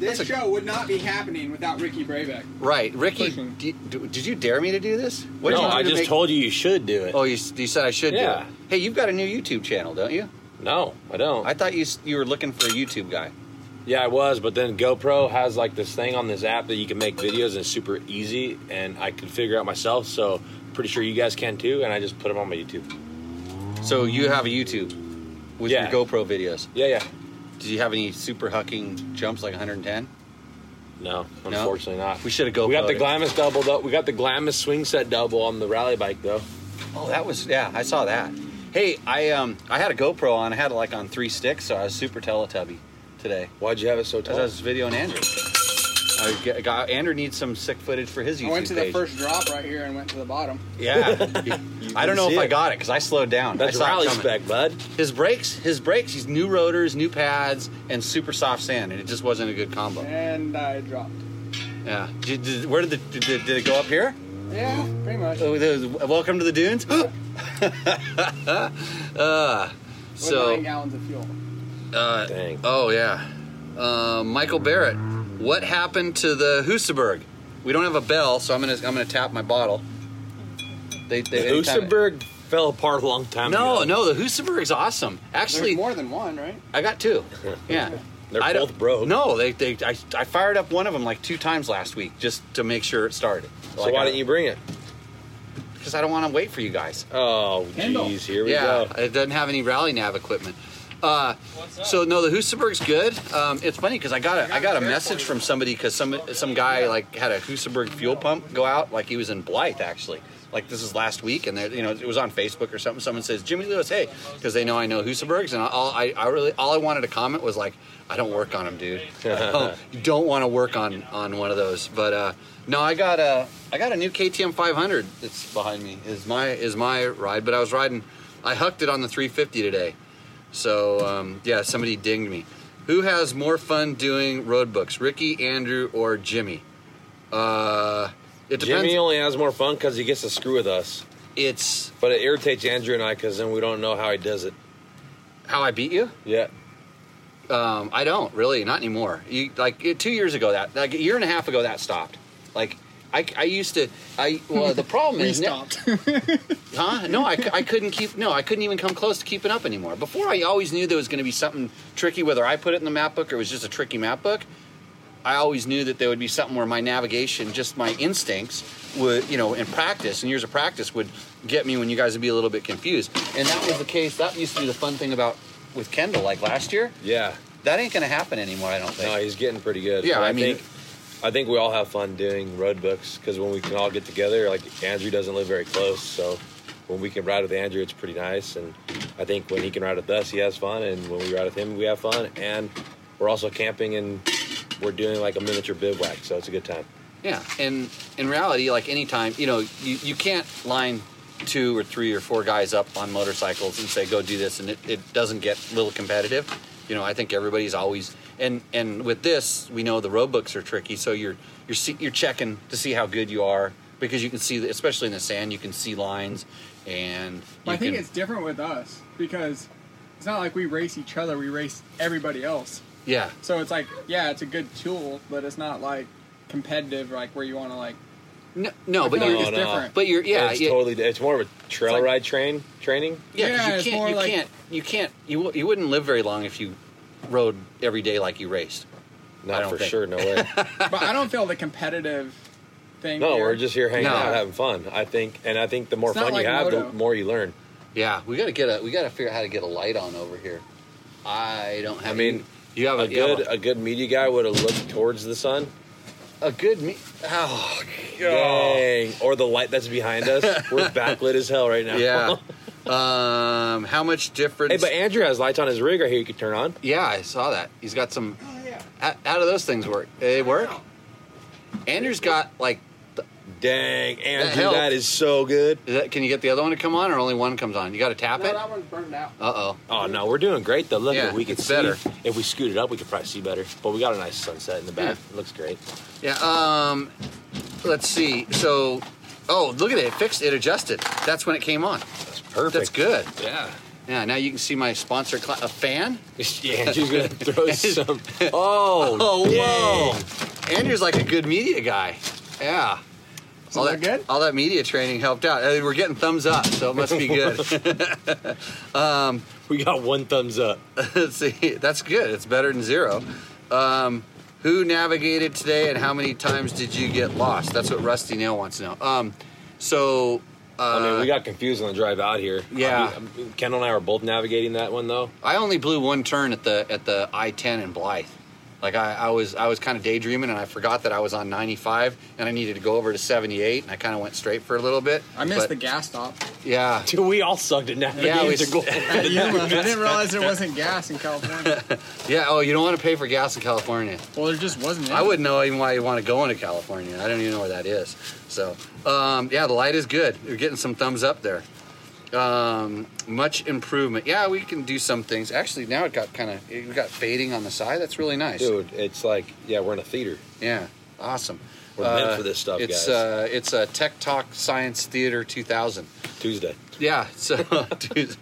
Speaker 4: This show would not be happening without Ricky Brayback.
Speaker 2: right, Ricky,
Speaker 4: Pushing.
Speaker 2: d- d- did you dare me to do this? What did
Speaker 3: no,
Speaker 2: you do
Speaker 3: I
Speaker 2: to
Speaker 3: just
Speaker 2: make-
Speaker 3: told you you should do it.
Speaker 2: Oh, you, you said I should
Speaker 3: Yeah.
Speaker 2: do it. Hey, you've got a new YouTube channel, don't you?
Speaker 3: No, I don't.
Speaker 2: I thought you s- you were looking for a YouTube guy.
Speaker 3: yeah, I was, but then GoPro has like this thing on this app that you can make videos and it's super easy, and I could figure out myself. So pretty sure you guys can too, and I just put them on my YouTube.
Speaker 2: So you have a YouTube with
Speaker 3: Yeah.
Speaker 2: your GoPro videos.
Speaker 3: Yeah, yeah.
Speaker 2: Did you have any super hucking jumps like 110?
Speaker 3: No, unfortunately not.
Speaker 2: We should have GoPro.
Speaker 3: We got the
Speaker 2: it.
Speaker 3: Glamis double though. We got the Glamis swing set double on the rally bike though.
Speaker 2: Oh, that was yeah. I saw that. Hey, I um I had a GoPro on. I had it like on three sticks, so I was super Teletubby today.
Speaker 3: Why'd you have it so
Speaker 2: Because I was videoing Andrew. I get- got Andrew needs some sick footage for his YouTube
Speaker 4: I went to the
Speaker 2: page.
Speaker 4: first drop right here and went to the bottom. <laughs>
Speaker 2: yeah, I don't know if
Speaker 3: see
Speaker 2: I
Speaker 3: it.
Speaker 2: got it because I slowed down.
Speaker 3: That's
Speaker 2: I saw it
Speaker 3: rally
Speaker 2: coming.
Speaker 3: spec, bud.
Speaker 2: His brakes, his brakes, he's new rotors, new pads, and super soft sand, and it just wasn't a good combo.
Speaker 4: And I dropped.
Speaker 2: Yeah. Did, did- where did, the, did did it go up here?
Speaker 4: Yeah, pretty much.
Speaker 2: Oh, the- welcome to the dunes. <laughs> uh,
Speaker 4: With nine
Speaker 2: so,
Speaker 4: gallons of fuel.
Speaker 2: uh,
Speaker 3: Dang.
Speaker 2: oh yeah, uh, Michael Barrett. What happened to the Husaberg? We don't have a bell, so I'm gonna I'm gonna tap my bottle. They, they anytime-
Speaker 3: Luxembourg fell apart a long time
Speaker 2: No,
Speaker 3: ago.
Speaker 2: no, the Husaberg's awesome. Actually,
Speaker 4: There's more than one, right?
Speaker 2: I got two. Yeah.
Speaker 3: They're
Speaker 2: I don't-
Speaker 3: both broke.
Speaker 2: No, they, they I, I fired up one of them like two times last week just to make sure it started.
Speaker 3: So why didn't you bring it?
Speaker 2: Because I don't want to wait for you guys.
Speaker 3: Oh,
Speaker 4: Handle.
Speaker 3: jeez, here we
Speaker 2: yeah,
Speaker 3: go.
Speaker 2: it doesn't have any rally nav equipment. Uh,
Speaker 6: What's up?
Speaker 2: so no, the Husaberg's good. Um, it's funny because I got a I got a
Speaker 6: Careful.
Speaker 2: message from somebody because some some guy like had a Husaberg fuel pump go out like he was in Blythe actually. Like this is last week and there you know it was on Facebook or something. Someone says Jimmy Lewis, hey, because they know I know Husabergs and all I, I really all I wanted to comment was like I don't work on them, dude. Oh, you don't want to work on on one of those. But uh, no, I got a I got a new KTM 500 that's behind me. Is my is my ride, but I was riding. I hucked it on the 350 today. So um, yeah, somebody dinged me. Who has more fun doing road books, Ricky, Andrew, or Jimmy? Uh, it depends.
Speaker 3: Jimmy only has more fun because he gets to screw with us.
Speaker 2: it's
Speaker 3: But it irritates Andrew and I because then we don't know how he does it.
Speaker 2: how I beat you.
Speaker 3: Yeah.
Speaker 2: Um, I don't really, not anymore. You, like it- two years ago, that like a year and a half ago, that stopped. Like I, I used to. I well, the problem
Speaker 4: We
Speaker 2: is now-
Speaker 4: stopped.
Speaker 2: <laughs> Huh? No, I, cou- I couldn't keep. No, I couldn't even come close to keeping up anymore. Before, I always knew there was going to be something tricky, whether I put it in the map book or it was just a tricky map book. I always knew that there would be something where my navigation, just my instincts, would you know, in practice and years of practice, would get me when you guys would be a little bit confused. And that was the case. That used to be the fun thing about with Kendall, like last year.
Speaker 3: Yeah.
Speaker 2: That ain't going to happen anymore. I don't think.
Speaker 3: No, he's getting pretty good.
Speaker 2: Yeah,
Speaker 3: But
Speaker 2: I mean-
Speaker 3: think, I think we all have fun doing road books because when we can all get together, like Andrew doesn't live very close, so when we can ride with Andrew, it's pretty nice. And I think when he can ride with us, he has fun, and when we ride with him, we have fun. And we're also camping and we're doing like a miniature bivouac, so it's a good time.
Speaker 2: Yeah, and in reality, like anytime, you know, you, you can't line two or three or four guys up on motorcycles and say go do this, and it, it doesn't get a little competitive. You know, I think everybody's always and and with this, we know the road books are tricky, so you're you're see, you're checking to see how good you are because you can see, especially in the sand, you can see lines, and you
Speaker 4: I think
Speaker 2: can-
Speaker 4: it's different with us because it's not like we race each other. We race everybody else.
Speaker 2: Yeah.
Speaker 4: So it's like, yeah, it's a good tool, but it's not like competitive, like where you want to like.
Speaker 2: No, no but
Speaker 4: No,
Speaker 2: you're,
Speaker 4: it's different.
Speaker 2: <laughs> but you're, yeah,
Speaker 3: it's
Speaker 2: yeah,
Speaker 3: totally. It's more of a trail
Speaker 4: like-
Speaker 3: ride train training.
Speaker 2: yeah. 'cause
Speaker 4: Yeah,
Speaker 2: you
Speaker 4: it's
Speaker 2: can't,
Speaker 4: more
Speaker 2: you
Speaker 4: like-
Speaker 2: can't, you can't, you w- you wouldn't live very long if you rode every day like you raced. I
Speaker 3: Not
Speaker 2: don't
Speaker 3: for
Speaker 2: think-
Speaker 3: sure. No
Speaker 2: <laughs>
Speaker 3: way.
Speaker 4: But I don't feel the competitive thing.
Speaker 3: No,
Speaker 4: here.
Speaker 3: we're just here hanging
Speaker 2: No.
Speaker 3: out, having fun. I think, and I think the more
Speaker 4: It's not
Speaker 3: fun
Speaker 4: like
Speaker 3: you have,
Speaker 4: moto.
Speaker 3: the more you learn.
Speaker 2: Yeah, we gotta get a, we gotta figure out how to get a light on over here. I don't have.
Speaker 3: I mean,
Speaker 2: you have a,
Speaker 3: A
Speaker 2: you have
Speaker 3: good, a good media guy would have looked towards the sun.
Speaker 2: a, a good me. Oh,
Speaker 3: Dang! Or the light that's behind
Speaker 2: <laughs>
Speaker 3: us. We're backlit as hell right now.
Speaker 2: yeah. um, how much
Speaker 3: <laughs>
Speaker 2: difference?
Speaker 3: hey, but Andrew has lights on his rig right here. You could turn on.
Speaker 2: yeah, I saw that. He's got some.
Speaker 4: Oh, yeah.
Speaker 2: How, how do those things work? They work. Andrew's got like.
Speaker 3: Dang, Andrew,
Speaker 2: helped.
Speaker 3: that is so good.
Speaker 2: Is that, can you get the other one to come on, or only one comes on? You got to tap
Speaker 4: No,
Speaker 2: it.
Speaker 4: that one's burned out.
Speaker 2: Uh oh.
Speaker 3: Oh no, we're doing great though. Look,
Speaker 2: Yeah,
Speaker 3: at we can
Speaker 2: it's
Speaker 3: see.
Speaker 2: better.
Speaker 3: If we scoot it up, we could probably see better. But we got a nice sunset in the back.
Speaker 2: Hmm.
Speaker 3: It looks great.
Speaker 2: Yeah. Um, let's see. So, oh, look at it. It fixed. It adjusted. That's when it came on.
Speaker 3: That's perfect.
Speaker 2: That's good.
Speaker 3: <laughs> Yeah.
Speaker 2: Yeah. Now you can see my sponsor, cla a fan.
Speaker 3: Yeah, Andrew's gonna
Speaker 2: <laughs>
Speaker 3: throw some. Oh,
Speaker 2: Oh,
Speaker 3: dang.
Speaker 2: whoa. Andrew's like a good media guy. Yeah.
Speaker 4: So
Speaker 2: all
Speaker 4: they're
Speaker 2: that
Speaker 4: good?
Speaker 2: All that media training helped out. Uh, We're getting thumbs up, so it must be good. <laughs>
Speaker 3: We got one thumbs up.
Speaker 2: Let's see. That's good. It's better than zero. Um, who navigated today, and how many times did you get lost? That's what Rusty Nail wants to know. Um, so. Uh,
Speaker 3: I mean, we got confused on the drive out here.
Speaker 2: Yeah.
Speaker 3: I mean, um, Kendall and I were both navigating that one though.
Speaker 2: I only blew one turn at the at the I ten in Blythe. Like I, I was I was kind of daydreaming and I forgot that I was on 95 and I needed to go over to 78 and I kind of went straight for a little bit.
Speaker 4: I missed
Speaker 2: But,
Speaker 4: the gas stop.
Speaker 2: <laughs> Yeah,
Speaker 3: Dude, we all sucked at navigating.
Speaker 2: Yeah, we-
Speaker 3: to go-
Speaker 4: At Yuma. I didn't realize there wasn't gas in California.
Speaker 2: yeah. Oh, you don't want to pay for gas in California.
Speaker 4: Well, there just wasn't.
Speaker 2: I
Speaker 4: any.
Speaker 2: wouldn't know even why you want to go into California. I don't even know where that is. So, um, yeah, the light is good. You're getting some thumbs up there. Um, much improvement. Yeah, we can do some things. Actually, now it got kind of it got fading on the side. That's really
Speaker 3: <laughs>
Speaker 2: nice.
Speaker 3: Dude, it's like yeah, we're in a theater.
Speaker 2: Yeah, awesome.
Speaker 3: We're meant for this stuff,
Speaker 2: it's,
Speaker 3: guys.
Speaker 2: Uh, it's a Tech Talk Science Theater 2000. um,
Speaker 3: Tuesday.
Speaker 2: Yeah. <laughs> So, dude,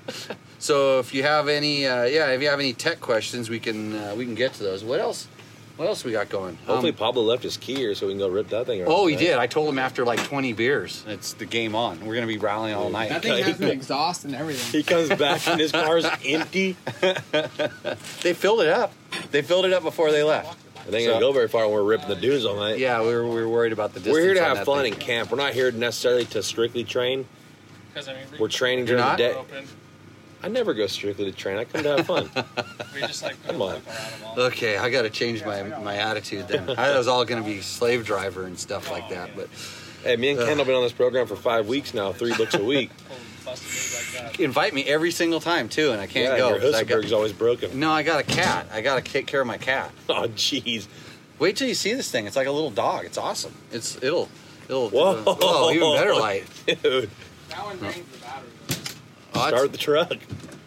Speaker 2: so if you have any, uh, yeah, if you have any tech questions, we can uh, we can get to those. What else? What else we got going? Um,
Speaker 3: Hopefully, Pablo left his key here so we can go rip that thing. around
Speaker 2: oh, he
Speaker 3: tonight.
Speaker 2: did. I told him after like 20 beers, it's the game on. We're gonna be rallying all night.
Speaker 4: That thing has an exhaust and everything.
Speaker 3: He comes back and his
Speaker 2: <laughs>
Speaker 3: car's empty.
Speaker 2: They filled it up. They filled it up before they left.
Speaker 3: They ain't gonna go very far when we're ripping the dunes all night.
Speaker 2: Yeah, we were, we were worried about the distance.
Speaker 3: we're here to
Speaker 2: on
Speaker 3: have
Speaker 2: that
Speaker 3: fun
Speaker 2: thing.
Speaker 3: and camp. We're not here necessarily to strictly train.
Speaker 6: Because I mean, we-
Speaker 3: We're training
Speaker 2: You're
Speaker 3: during the
Speaker 2: not?
Speaker 3: day.
Speaker 6: Open.
Speaker 3: I never go strictly to train. I come to have
Speaker 2: <laughs>
Speaker 3: fun.
Speaker 6: We just like
Speaker 3: Come on.
Speaker 6: look around them all.
Speaker 2: Okay, I got to change my, my attitude then. <laughs> I was all going to be slave driver and stuff like that, but
Speaker 3: hey, me and Kendall been on this program for five weeks now, three books a week.
Speaker 6: Pull busted like that.
Speaker 2: invite me every single time too, and I can't
Speaker 3: yeah,
Speaker 2: go.
Speaker 3: your
Speaker 2: 'cause I
Speaker 3: Husaberg's
Speaker 2: got,
Speaker 3: always broken. <laughs>
Speaker 2: no, I got a cat. I got to take care of my cat.
Speaker 3: Oh, jeez.
Speaker 2: Wait till you see this thing. It's like a little dog. It's awesome. It's it'll it'll
Speaker 3: Whoa.
Speaker 2: oh, even
Speaker 3: <laughs>
Speaker 2: better light.
Speaker 3: Dude,
Speaker 4: That one drains the battery.
Speaker 2: Oh, that's-
Speaker 3: start the truck.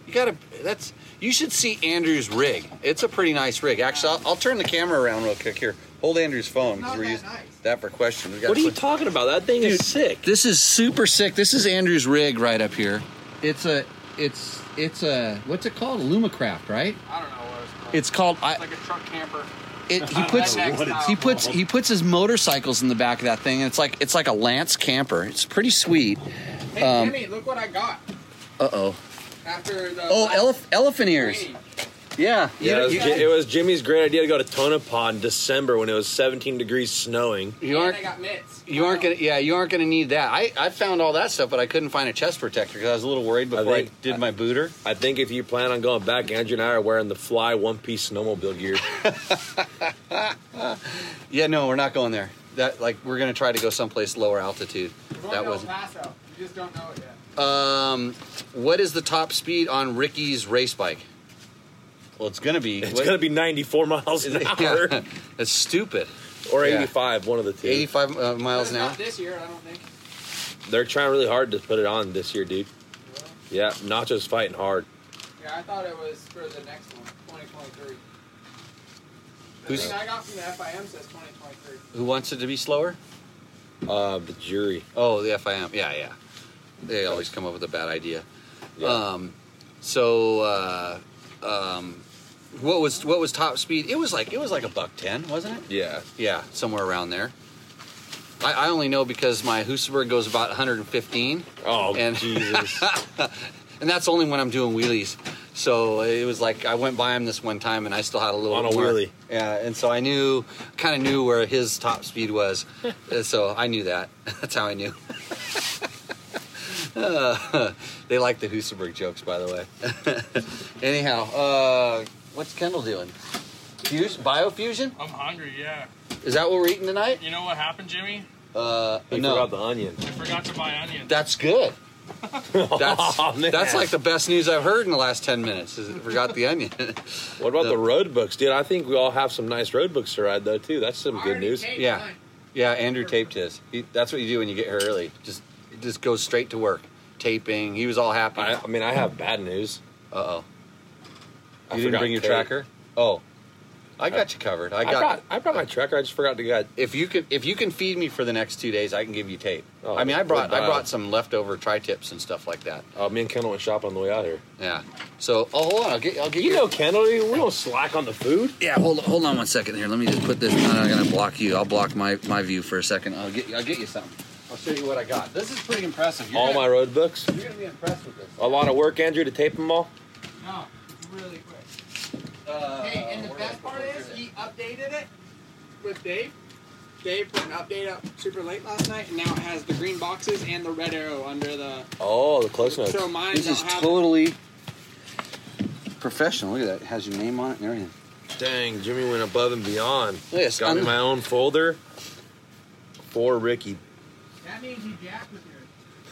Speaker 2: you gotta that's you should see Andrew's rig. It's a pretty nice rig. Actually, I'll, I'll turn the camera around real quick here. Hold Andrew's phone because
Speaker 4: not
Speaker 2: we're
Speaker 4: that
Speaker 2: using
Speaker 4: nice.
Speaker 2: that for questions. We gotta
Speaker 3: What are you
Speaker 2: put-
Speaker 3: talking about? That thing is sick.
Speaker 2: This is super sick. This is Andrew's rig right up here. It's a it's it's a what's it called? Lumacraft, right?
Speaker 4: I don't know what it's called.
Speaker 2: It's called I,
Speaker 4: It's like a truck camper.
Speaker 2: it, he puts
Speaker 4: know what it's
Speaker 2: he puts he puts his motorcycles in the back of that thing and it's like it's like a Lance camper. It's pretty sweet.
Speaker 4: Hey,
Speaker 2: Um,
Speaker 4: Jimmy, look what I got
Speaker 2: Uh-oh.
Speaker 4: after the.
Speaker 2: Oh,
Speaker 4: last
Speaker 2: elef- elephant ears.
Speaker 4: training.
Speaker 2: Yeah.
Speaker 3: Yeah, it was,
Speaker 2: you,
Speaker 3: Ji- it was Jimmy's great idea to go to Tonopah in December when it was 17 degrees snowing.
Speaker 2: you
Speaker 4: And I
Speaker 2: aren't
Speaker 4: got mitts.
Speaker 2: you aren't gonna yeah, you aren't gonna need that. I, I found all that stuff, but I couldn't find a chest protector because I was a little worried before I,
Speaker 3: think-
Speaker 2: did my booter.
Speaker 3: I think if you plan on going back, Andrew and I are wearing the fly one piece snowmobile
Speaker 2: <laughs>
Speaker 3: gear.
Speaker 2: Yeah, no, we're not going there. That like we're gonna try to go someplace lower altitude.
Speaker 4: We're going
Speaker 2: That
Speaker 4: to El
Speaker 2: was
Speaker 4: Paso. You just don't know it yet.
Speaker 2: Um, what is the top speed on Ricky's race bike? Well, it's gonna be.
Speaker 3: It's going to be 94 miles
Speaker 2: <laughs>
Speaker 3: an hour
Speaker 2: Yeah, it's stupid.
Speaker 3: or
Speaker 2: Yeah.
Speaker 3: 85, one of the two.
Speaker 2: Eighty-five uh, miles
Speaker 4: It's
Speaker 2: an hour.
Speaker 4: Not this year, I don't think.
Speaker 3: They're trying really hard to put it on this year, dude. Yeah, Nacho's fighting hard.
Speaker 4: Yeah, I thought it was for the next one, 2023. The
Speaker 2: Who's-
Speaker 4: thing I got from the FIM says 2023.
Speaker 2: Who wants it to be slower?
Speaker 3: Uh, the jury.
Speaker 2: Oh, the FIM. Yeah, Uh, yeah. They always come up with a bad idea.
Speaker 3: Yeah.
Speaker 2: Um, so uh, what was what was top speed? It was like it was like a buck ten, wasn't it?
Speaker 3: Yeah.
Speaker 2: Yeah, somewhere around there. I, I only know because my Hoosberg goes about 115,
Speaker 3: Oh
Speaker 2: And- <laughs>
Speaker 3: Jesus.
Speaker 2: and that's only when I'm doing wheelies. So it was like I went by him this one time, and I still had a little
Speaker 3: On a
Speaker 2: mark.
Speaker 3: wheelie.
Speaker 2: Yeah, and so I knew, kind of knew where his top speed
Speaker 3: <laughs>
Speaker 2: was. Uh, so I knew that. <laughs> That's how I knew. Uh, they like the Hoosberg jokes, by the way. <laughs> Anyhow, uh, what's Kendall doing? Fuse, biofusion?
Speaker 5: I'm hungry, yeah.
Speaker 2: Is that what we're eating tonight?
Speaker 5: You know what happened, Jimmy?
Speaker 2: Uh,
Speaker 3: He
Speaker 2: no.
Speaker 3: forgot the onion.
Speaker 5: I forgot to buy onions.
Speaker 3: <laughs>
Speaker 2: That's good. That's,
Speaker 3: Oh, man.
Speaker 2: that's like the best news I've heard in the last 10 minutes. Is it forgot the onion. <laughs>
Speaker 3: What about
Speaker 2: the-
Speaker 3: the, road books, dude? I think we all have some nice road books to ride though too. That's some good news.
Speaker 2: yeah. Yeah, Andrew taped his. He, that's what you do when you get here early. Just it just goes straight to work. Taping. He was all happy.
Speaker 3: I,
Speaker 2: Uh
Speaker 3: I mean, I have bad news.
Speaker 2: oh.
Speaker 3: I
Speaker 2: You didn't
Speaker 3: forgot
Speaker 2: bring your
Speaker 3: tape.
Speaker 2: tracker? Oh. I got you covered. I
Speaker 3: I,
Speaker 2: got
Speaker 3: brought I brought my tracker. I just forgot to get.
Speaker 2: if you can if you can feed me for the next two days, I can give you tape.
Speaker 3: Oh,
Speaker 2: I mean I brought
Speaker 3: well,
Speaker 2: I
Speaker 3: wow.
Speaker 2: brought some leftover tri tips and stuff like that.
Speaker 3: Uh, me and Kendall went shopping on the way out here.
Speaker 2: Yeah. So oh hold on, I'll get I'll get
Speaker 3: You
Speaker 2: your-
Speaker 3: know, Kendall, we don't slack on the food.
Speaker 2: Yeah, hold hold on one second here. Let me just put this. I'm not gonna block you. I'll block my, my view for a second. I'll get I'll get you something. I'll show you what I got. This is pretty impressive. You're
Speaker 3: All
Speaker 2: gonna,
Speaker 3: my road books.
Speaker 2: You're gonna be impressed with this.
Speaker 3: A lot of work, Andrew, to tape them all.
Speaker 4: No, Oh, really quick.
Speaker 2: Uh,
Speaker 4: Hey, and the
Speaker 2: where
Speaker 4: best
Speaker 2: do I
Speaker 4: part
Speaker 2: put
Speaker 4: is
Speaker 2: this?
Speaker 4: he updated it with Dave. Dave put an update up super late last night, and now it has the green boxes and the red arrow under the.
Speaker 3: Oh, the close notes.
Speaker 4: So mine
Speaker 2: this
Speaker 4: don't
Speaker 2: is
Speaker 4: have.
Speaker 2: totally professional. Look at that. It has your name on it and everything.
Speaker 3: Dang, Jimmy went above and beyond.
Speaker 2: Yes,
Speaker 3: Got me
Speaker 2: I'm-
Speaker 3: my own folder for Ricky.
Speaker 4: that means you jacked with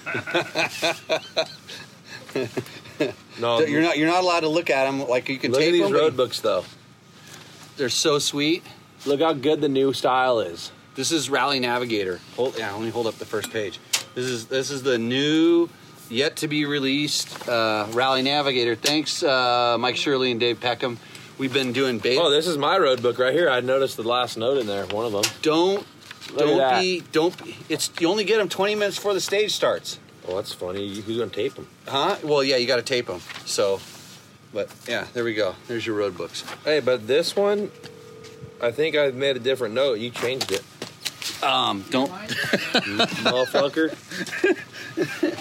Speaker 3: <laughs>
Speaker 4: your.
Speaker 3: No,
Speaker 2: So you're not you're not allowed to look at them like you can
Speaker 3: Look at
Speaker 2: tape
Speaker 3: these
Speaker 2: them,
Speaker 3: road
Speaker 2: but
Speaker 3: books, though.
Speaker 2: They're so sweet.
Speaker 3: Look how good the new style is.
Speaker 2: This is Rally Navigator. Hold, yeah, let me hold up the first page. This is this is the new, yet to be released uh, Rally Navigator. Thanks, uh, Mike Shirley and Dave Peckham. We've been doing beta.
Speaker 3: Oh, this is my road book right here. I noticed the last note in there, one of them.
Speaker 2: don't
Speaker 3: at
Speaker 2: don't
Speaker 3: that.
Speaker 2: be don't. Be, it's you only get them 20 minutes before the stage starts,
Speaker 3: Oh, that's funny. You- Who's gonna tape them?
Speaker 2: huh? Well, yeah, you got to tape them. So, but yeah, there we go. There's your road books.
Speaker 3: Hey, but this one, I think I made a different note. You changed it,
Speaker 2: Um, don't. <laughs>
Speaker 3: motherfucker.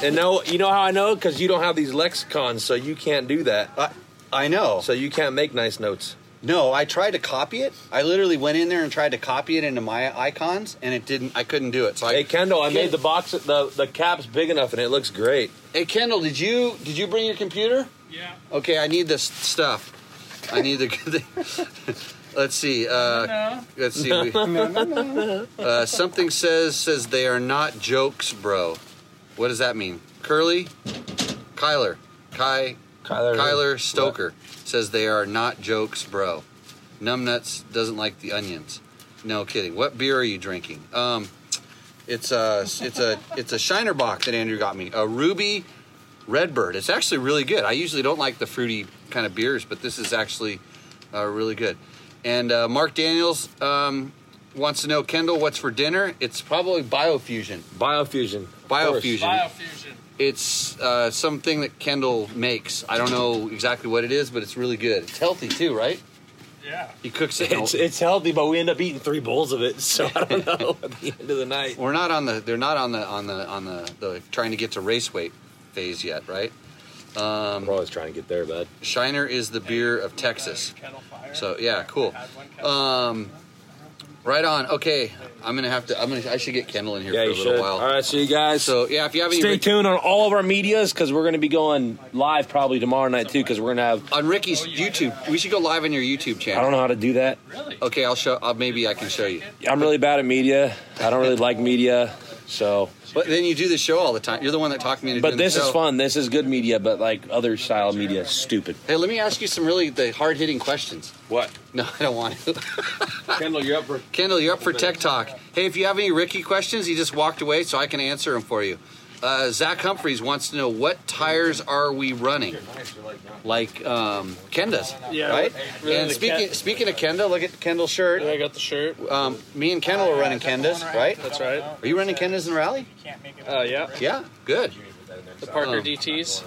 Speaker 3: and no, you know how I know? Because you don't have these lexicons, so you can't do that.
Speaker 2: I, I know.
Speaker 3: So you can't make nice notes.
Speaker 2: No, I tried to copy it. I literally went in there and tried to copy it into my icons, and it didn't. I couldn't do it. So I.
Speaker 3: Hey Kendall, I made the box, the the cap's big enough, and it looks great.
Speaker 2: Hey Kendall, did you did you bring your computer?
Speaker 5: yeah.
Speaker 2: Okay, I need this stuff. I need the. <laughs> let's see. Uh,
Speaker 5: No.
Speaker 2: let's see. We, uh, something says says they are not jokes, bro. What does that mean? Curly, Kyler, Kai,
Speaker 3: Kyler,
Speaker 2: Kyler Stoker says they are not jokes, bro. Numbnuts doesn't like the onions. No kidding. What beer are you drinking? Um, it's a it's a it's a Shiner Bock that Andrew got me. A Ruby Redbird. It's actually really good. I usually don't like the fruity kind of beers, but this is actually uh, really good. And uh, Mark Daniels um, wants to know Kendall, what's for dinner? It's probably biofusion.
Speaker 3: Biofusion. Of course.
Speaker 2: Biofusion.
Speaker 5: Biofusion.
Speaker 2: It's uh, something that Kendall makes. I don't know exactly what it is, but it's really good. It's healthy too, right?
Speaker 5: Yeah.
Speaker 2: He cooks it.
Speaker 3: <laughs> It's it's healthy, but we end up eating three bowls of it, so I
Speaker 2: <laughs>
Speaker 3: don't know <laughs> at the end of the night.
Speaker 2: We're not on the. They're not on the on the on the, the trying to get to race weight phase yet, right?
Speaker 3: I'm always trying to get there, bud.
Speaker 2: Shiner is the beer of Texas.
Speaker 5: Kettle fire.
Speaker 2: So yeah, cool.
Speaker 5: Had one kettle
Speaker 2: Um, right on. Okay, I'm gonna have to. I'm gonna. I should get Kendall in here
Speaker 3: Yeah,
Speaker 2: for a
Speaker 3: you
Speaker 2: little
Speaker 3: should.
Speaker 2: while.
Speaker 3: All right, so you guys.
Speaker 2: So yeah, if you have any
Speaker 3: Stay
Speaker 2: Rick-
Speaker 3: tuned on all of our medias because we're going to be going live probably tomorrow night too because we're going to have.
Speaker 2: on Ricky's YouTube, we should go live on your
Speaker 3: I
Speaker 2: YouTube
Speaker 3: don't
Speaker 2: channel.
Speaker 3: know how to do that.
Speaker 5: really?
Speaker 2: Okay, I'll show. I'll, maybe I can show you.
Speaker 3: I'm really bad at media. I don't really like media, so.
Speaker 2: But then you do the show all the time. You're the one that talked me into.
Speaker 3: But
Speaker 2: doing the
Speaker 3: this is
Speaker 2: show.
Speaker 3: fun. This is good media, but like other style of media, is stupid.
Speaker 2: Hey, let me ask you some really the hard hitting questions.
Speaker 3: What?
Speaker 2: No, I don't want to. <laughs>
Speaker 3: Kendall, you're up for.
Speaker 2: Kendall, you're up for Tech Talk. Hey, if you have any Ricky questions, he just walked away, so I can answer them for you. Uh, Zach Humphreys wants to know what tires are we running, like um, Ken does,
Speaker 4: Yeah.
Speaker 2: right? And speaking speaking of Kendall, look at Kendall's shirt.
Speaker 4: I got the shirt.
Speaker 2: Um, me and Kendall are running Kendas, right?
Speaker 4: That's right.
Speaker 2: Are you running Kendas in the rally?
Speaker 4: Uh, yeah.
Speaker 2: Yeah, good.
Speaker 4: The Parker DTs.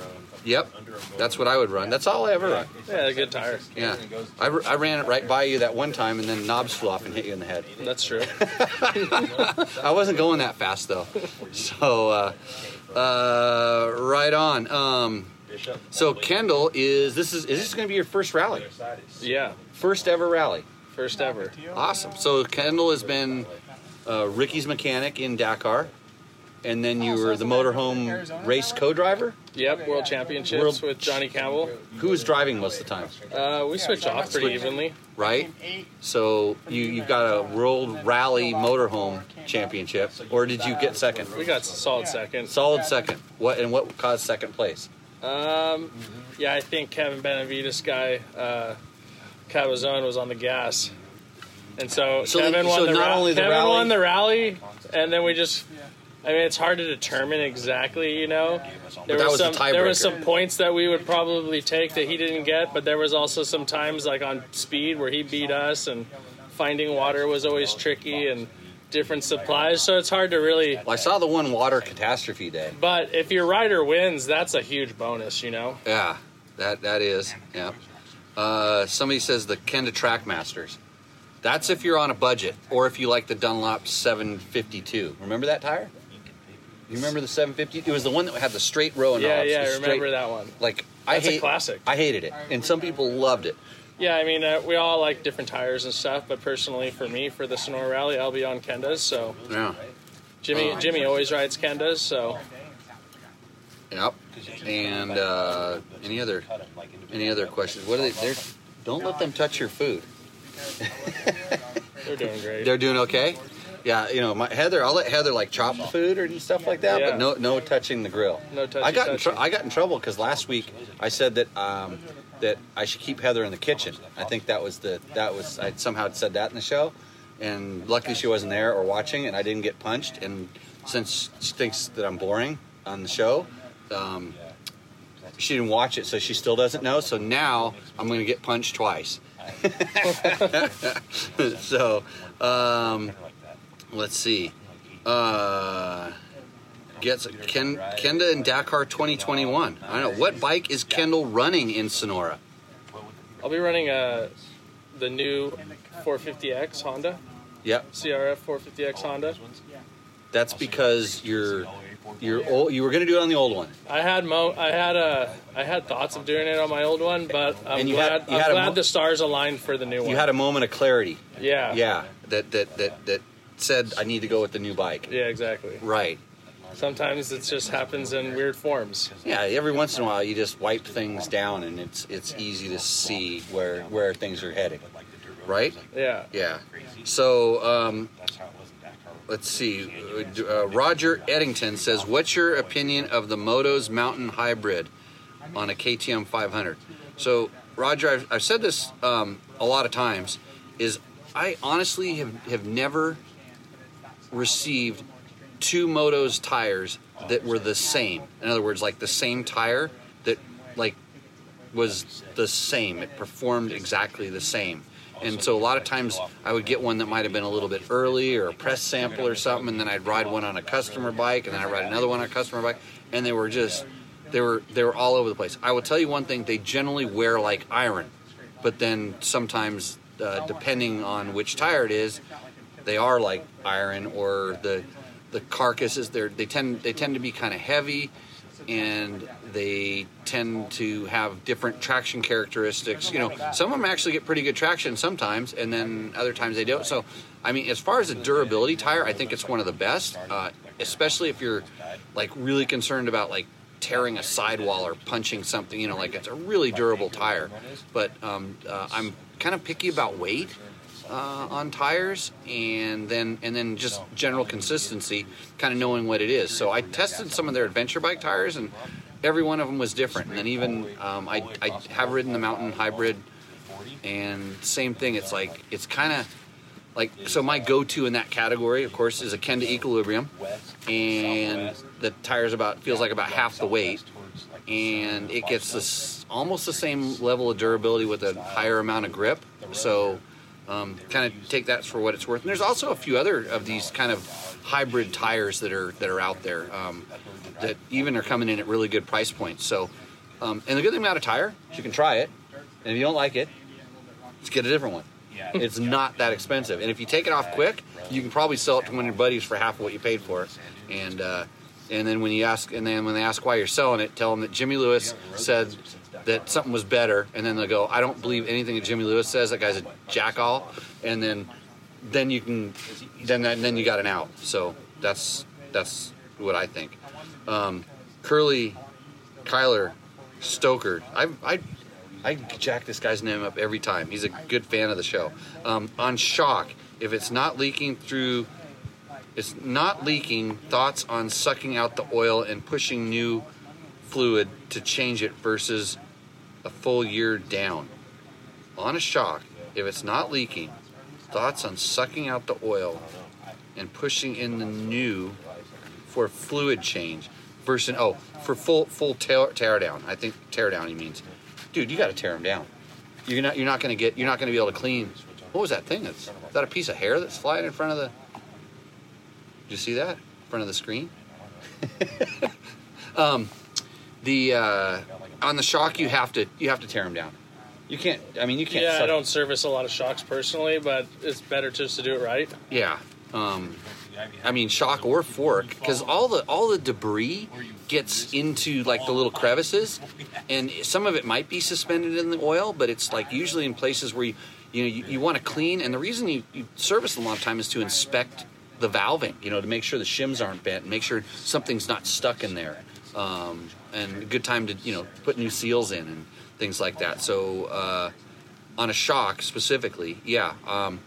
Speaker 2: Yep. That's what I would run. That's all I ever run.
Speaker 5: Yeah, they're good tires.
Speaker 2: Yeah. I, r- I ran it right by you that one time and then knobs flew off and hit you in the head.
Speaker 5: That's true.
Speaker 2: I wasn't going that fast though. So, uh, uh, right on. Um, so Kendall is this is is this going to be your first rally?
Speaker 5: Yeah,
Speaker 2: First ever rally.
Speaker 5: first ever.
Speaker 2: Awesome. So Kendall has been uh, Ricky's mechanic in Dakar, and then you were the motorhome race co-driver.
Speaker 5: Yep, world championships
Speaker 2: World-
Speaker 5: with Johnny Campbell.
Speaker 2: Who was driving most of the time,
Speaker 5: Uh, we switch off pretty evenly.
Speaker 2: right?
Speaker 7: Eight.
Speaker 2: So you you got a world rally motorhome championship, or did you get second?
Speaker 5: We got solid seconds.
Speaker 2: Solid second. What and what caused second place?
Speaker 5: Um, Yeah, I think Kevin Benavides guy, uh, Cabazon was on the gas, and so,
Speaker 2: So
Speaker 5: Kevin
Speaker 2: they-
Speaker 5: won
Speaker 2: so
Speaker 5: the,
Speaker 2: not
Speaker 5: ra-
Speaker 2: only the
Speaker 5: Kevin
Speaker 2: rally-
Speaker 5: won the rally, and then we just. I mean, it's hard to determine exactly, you know. There
Speaker 2: that was
Speaker 5: was
Speaker 2: the
Speaker 5: some there was
Speaker 2: tiebreaker.
Speaker 5: some points that we would probably take that he didn't get, but there was also some times like on speed where he beat us, and finding water was always tricky, and different supplies. So it's hard to really.
Speaker 2: Well, I saw the one water catastrophe day.
Speaker 5: But if your rider wins, that's a huge bonus, you know.
Speaker 2: Yeah, that that is. Yeah. Uh, somebody says the Kenda Trackmasters. That's if you're on a budget, or if you like the Dunlop 752. Remember that tire? You remember the 750? It was the one that had the straight row and
Speaker 5: Yeah,
Speaker 2: knobs, the
Speaker 5: yeah, I
Speaker 2: straight-
Speaker 5: remember that one.
Speaker 2: Like I
Speaker 5: That's a
Speaker 2: hate
Speaker 5: classic.
Speaker 2: I hated it, and some people loved it.
Speaker 5: Yeah, I mean, uh, we all like different tires and stuff, but personally, for me, for the Sonora Rally, I'll be on Kendas. So
Speaker 2: Yeah.
Speaker 5: Jimmy,
Speaker 2: Oh,
Speaker 5: Jimmy always rides Kendas. So
Speaker 2: Yep. And uh, any other any other questions? What are they? They're, don't let them touch your food.
Speaker 5: they're doing great.
Speaker 2: They're doing okay. Yeah, you know, my Heather. I'll let Heather like chop the food or do stuff like that,
Speaker 5: Yeah.
Speaker 2: but no, no touching the grill.
Speaker 5: No touchy
Speaker 2: I got in tr-
Speaker 5: touchy.
Speaker 2: I got in trouble because last week I said that um, that I should keep Heather in the kitchen. I think that was the that was I somehow had said that in the show, and luckily she wasn't there or watching, and I didn't get punched. And since she thinks that I'm boring on the show, um, she didn't watch it, so she still doesn't know. So now I'm going to get punched twice. <laughs> so um, let's see. Uh, gets Ken, Kenda in Dakar 2021. I don't know what bike is Kendall running in Sonora.
Speaker 5: I'll be running uh, the new 450X Honda
Speaker 2: Yep,
Speaker 5: CRF 450X Honda.
Speaker 2: that's because you're you're old, you were going to do it on the old one.
Speaker 5: I had mo I had uh, I had thoughts of doing it on my old one, but I'm
Speaker 2: And you
Speaker 5: glad
Speaker 2: had- you
Speaker 5: I'm
Speaker 2: had a
Speaker 5: glad
Speaker 2: mo-
Speaker 5: the stars aligned for the new one.
Speaker 2: You had a moment of clarity.
Speaker 5: yeah
Speaker 2: Yeah, that that that that said I need to go with the new bike.
Speaker 5: yeah exactly.
Speaker 2: Right.
Speaker 5: Sometimes it just happens in weird forms.
Speaker 2: Yeah, every once in a while you just wipe things down and it's it's easy to see where where things are heading. Right?
Speaker 5: Yeah.
Speaker 2: Yeah. So, um, let's see. Uh, Roger Eddington says, "What's your opinion of the Motos Mountain Hybrid on a KTM 500?" So, Roger, I've, I've said this um, a lot of times. Is I honestly have have never received two motos tires that were the same. In other words, like the same tire that like was the same. It performed exactly the same. And so a lot of times I would get one that might have been a little bit early or a press sample or something, and then I'd ride one on a customer bike, and then I'd ride another one on a customer bike, and they were just they were they were all over the place. I will tell you one thing: they generally wear like iron, but then sometimes uh, depending on which tire it is, they are like iron or the the carcasses they they tend they tend to be kind of heavy and they tend to have different traction characteristics you know some of them actually get pretty good traction sometimes and then other times they don't so i mean as far as a durability tire i think it's one of the best uh, especially if you're like really concerned about like tearing a sidewall or punching something you know like it's a really durable tire but um, uh, i'm kind of picky about weight uh, on tires, and then and then just general consistency, kind of knowing what it is. So I tested some of their adventure bike tires, and every one of them was different. And then even um, I I have ridden the mountain hybrid, and same thing. It's like it's kind of like so my go-to in that category, of course, is a Kenda Equilibrium, and the tires about feels like about half the weight, and it gets this almost the same level of durability with a higher amount of grip. So um, kind of take that for what it's worth. And there's also a few other of these kind of hybrid tires that are that are out there um, that even are coming in at really good price points. So Um, and the good thing about a tire is you can try it, and if you don't like it, just get a different one.
Speaker 6: Yeah.
Speaker 2: It's not that expensive, and if you take it off quick, you can probably sell it to one of your buddies for half of what you paid for it. And uh, and then when you ask, and then when they ask why you're selling it, tell them that Jimmy Lewis said that something was better, and then they'll go, I don't believe anything that Jimmy Lewis says. That guy's a jackal, and then then you can then that, then you got an out. So that's that's what I think. Um, Curly, Kyler, Stoker. I I I jack this guy's name up every time. He's a good fan of the show. Um, on shock, if it's not leaking through, it's not leaking. Thoughts on sucking out the oil and pushing new fluid to change it versus a full year down. On a shock, if it's not leaking, thoughts on sucking out the oil and pushing in the new for fluid change versus oh for full full tear, tear down. I think tear down he means, dude, you got to tear him down. You're not you're not gonna get you're not gonna be able to clean. What was that thing? That's is that a piece of hair that's flying in front of the. Did you see that in front of the screen? <laughs> Um, The uh, on the shock you have to you have to tear him down. You can't. I mean you can't.
Speaker 5: Yeah,
Speaker 2: suck-
Speaker 5: I don't service a lot of shocks personally, but it's better just to do it right.
Speaker 2: Yeah. Um, I mean, shock or fork, because all the all the debris gets into like the little crevices, and some of it might be suspended in the oil, but it's like usually in places where you you know you, you want to clean, and the reason you, you service a lot of time is to inspect the valving, you know, to make sure the shims aren't bent, make sure something's not stuck in there, um, and a good time to you know put new seals in and things like that. So uh, on a shock specifically, yeah. Um,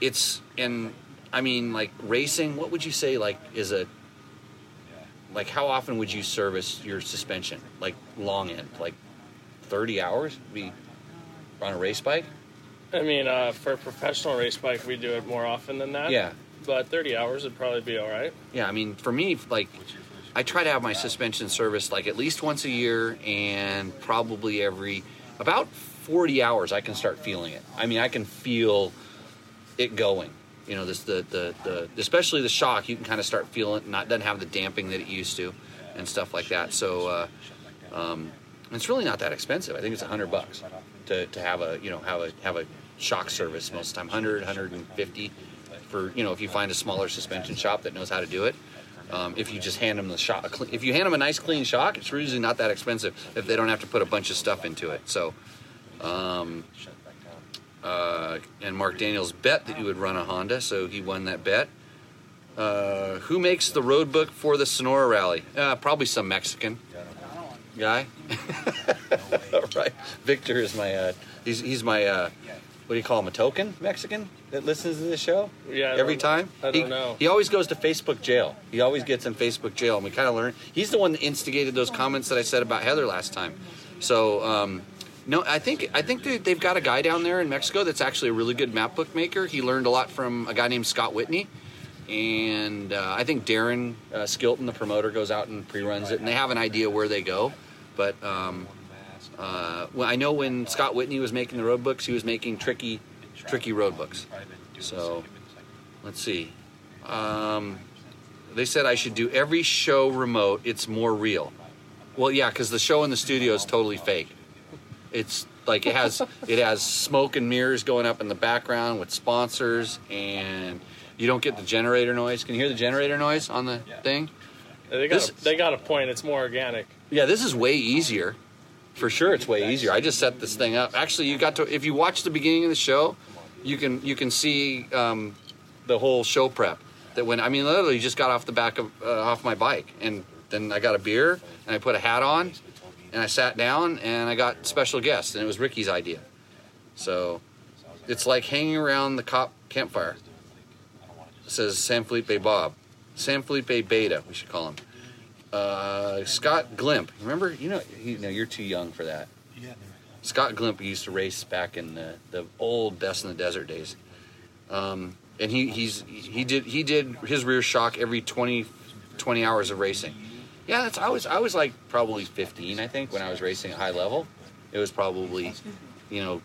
Speaker 2: it's and I mean like racing. What would you say like is a like how often would you service your suspension like long end like thirty hours be on a race bike?
Speaker 5: I mean, uh, for a professional race bike, we do it more often than that.
Speaker 2: Yeah.
Speaker 5: But 30 hours would probably be all right.
Speaker 2: Yeah, I mean for me like I try to have my suspension serviced like at least once a year and probably every about forty hours I can start feeling it. I mean I can feel it going. You know, this the the, the especially the shock you can kind of start feeling it, not doesn't have the damping that it used to, and stuff like that. So uh, um, it's really not that expensive. I think it's a hundred bucks to, to have a you know have a have a shock service most of the time 100 150 for you know if you find a smaller suspension shop that knows how to do it um, if you just hand them the shock a cle- if you hand them a nice clean shock it's usually not that expensive if they don't have to put a bunch of stuff into it so um, uh, and Mark Daniels bet that you would run a Honda, so he won that bet. Uh, who makes the road book for the Sonora Rally? Uh, probably some Mexican guy. <laughs> right. Victor is my uh, he's he's my uh, what do you call him? A token Mexican that listens to this show.
Speaker 5: Yeah, I
Speaker 2: Every
Speaker 5: don't-
Speaker 2: time.
Speaker 5: I
Speaker 2: he,
Speaker 5: don't know.
Speaker 2: He always goes to Facebook jail. He always gets in Facebook jail, and we kind of learn. He's the one that instigated those comments that I said about Heather last time. So. Um, no, I think I think they, they've got a guy down there in Mexico that's actually a really good map book maker. He learned a lot from a guy named Scott Whitney, and uh, I think Darren uh, Skilton, the promoter, goes out and pre-runs it, and they have an idea where they go. But um, uh, well, I know when Scott Whitney was making the road books, he was making tricky, tricky road books. So let's see. Um, they said I should do every show remote. It's more real. Well, yeah, because the show in the studio is totally fake. It's like it has it has smoke and mirrors going up in the background with sponsors, and you don't get the generator noise. Can you hear the generator noise on the thing?
Speaker 5: They got,
Speaker 2: This-
Speaker 5: a, they got a point. It's more organic.
Speaker 2: Yeah, this is way easier. For sure, it's way easier. I just set this thing up. Actually, you got to if you watch the beginning of the show, you can you can see um, the whole show prep. That when I mean, literally, just got off the back of uh, off my bike, and then I got a beer and I put a hat on, and I sat down and I got special guests, and it was Ricky's idea. So it's like hanging around the cop campfire. Says San Felipe Bob, San Felipe Beta, we should call him uh, Scott Glimp. Remember, you know, you know, you're too young for that. Scott Glimp used to race back in the, the old Best in the Desert days, um, and he he's he did he did his rear shock every 20, 20 hours of racing. Yeah, that's I was I was like probably fifteen I think when I was racing at high level. It was probably, you know,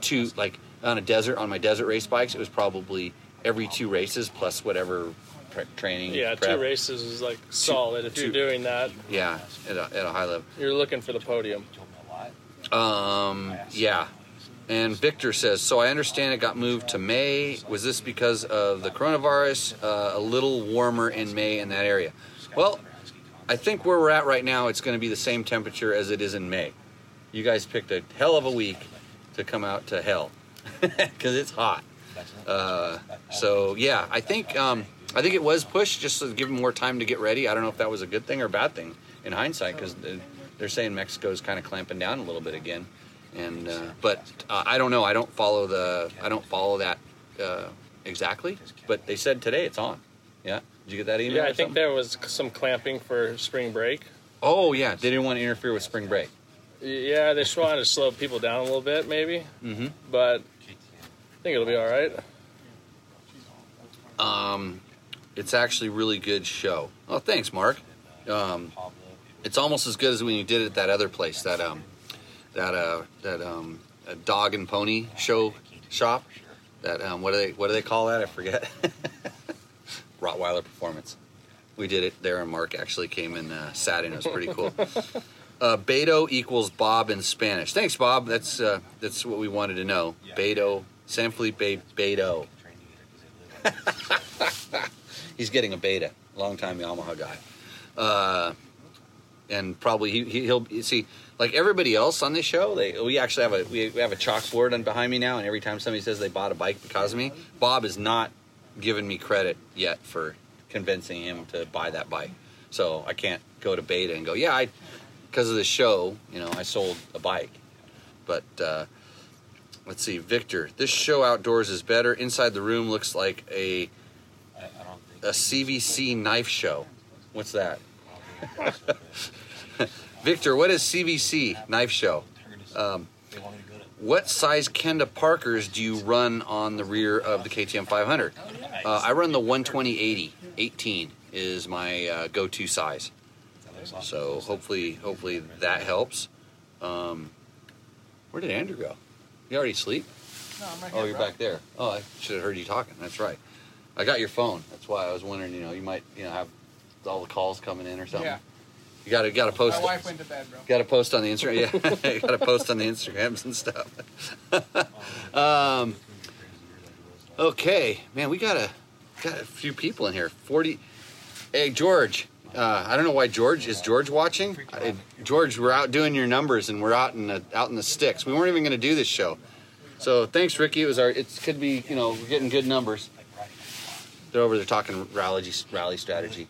Speaker 2: two like on a desert on my desert race bikes. It was probably every two races plus whatever pre- training.
Speaker 5: Yeah,
Speaker 2: prep.
Speaker 5: two races is like solid. If
Speaker 2: two-
Speaker 5: you're doing that,
Speaker 2: Yeah, at a, at a high level.
Speaker 5: you're looking for the podium.
Speaker 2: Um, yeah. And Victor says, so I understand it got moved to May. Was this because of the coronavirus? Uh, a little warmer in May in that area. Well, I think where we're at right now, it's going to be the same temperature as it is in May. You guys picked a hell of a week to come out to hell <laughs> because it's hot. Uh, so yeah, I think um, I think it was pushed just to give them more time to get ready. I don't know if that was a good thing or a bad thing in hindsight because they're saying Mexico's kind of clamping down a little bit again. And uh, but uh, I don't know. I don't follow the I don't follow that uh, exactly. But they said today it's on. Yeah. Did you get that email?
Speaker 5: Yeah,
Speaker 2: or
Speaker 5: I think
Speaker 2: something?
Speaker 5: there was some clamping for spring break.
Speaker 2: Oh yeah, they didn't want to interfere with spring break.
Speaker 5: Yeah, they just wanted to slow people down a little bit, maybe.
Speaker 2: Mhm.
Speaker 5: But I think it'll be all right.
Speaker 2: Um, it's actually a really good show. Oh, thanks, Mark. Um, it's almost as good as when you did it at that other place, that um, that uh, that um, a dog and pony show shop. That um, what do they what do they call that? I forget. <laughs> Rottweiler performance. We did it there, and Mark actually came and uh, sat in. It was pretty cool. Uh, Beto equals Bob in Spanish. Thanks, Bob. That's uh, that's what we wanted to know. Beto, San Felipe Beto. He's getting a beta, longtime Yamaha guy, uh, and probably he, he, he'll you see like everybody else on this show. They we actually have a we, we have a chalkboard on behind me now, and every time somebody says they bought a bike because of me, Bob is not giving me credit yet for convincing him to buy that bike. So I can't go to beta and go, yeah, I because of the show, you know, I sold a bike, but. Uh, Let's see, Victor. This show outdoors is better. Inside the room looks like a a CVC knife show. What's that? <laughs> Victor, what is CVC knife show? Um, what size Kenda Parkers do you run on the rear of the KTM 500? Uh, I run the 120 80. 18 is my uh, go-to size. So hopefully, hopefully that helps. Um, where did Andrew go? You already asleep? Oh, you're back there. Oh, I should have heard you talking. That's right. I got your phone. That's why I was wondering. You know, you might you know have all the calls coming in or something.
Speaker 4: Yeah.
Speaker 2: You got to got to post.
Speaker 4: My wife
Speaker 2: it.
Speaker 4: went to bed, bro.
Speaker 2: Got to post on the Instagram. Yeah, <laughs> got to post on the Instagrams and stuff. <laughs> um, okay, man, we got a got a few people in here. Forty. Hey, George. Uh, I don't know why George is George watching. Uh, George, we're out doing your numbers and we're out in the out in the sticks. We weren't even going to do this show. So thanks, Ricky. It was our. It could be you know we're getting good numbers. They're over there talking rally rally strategy.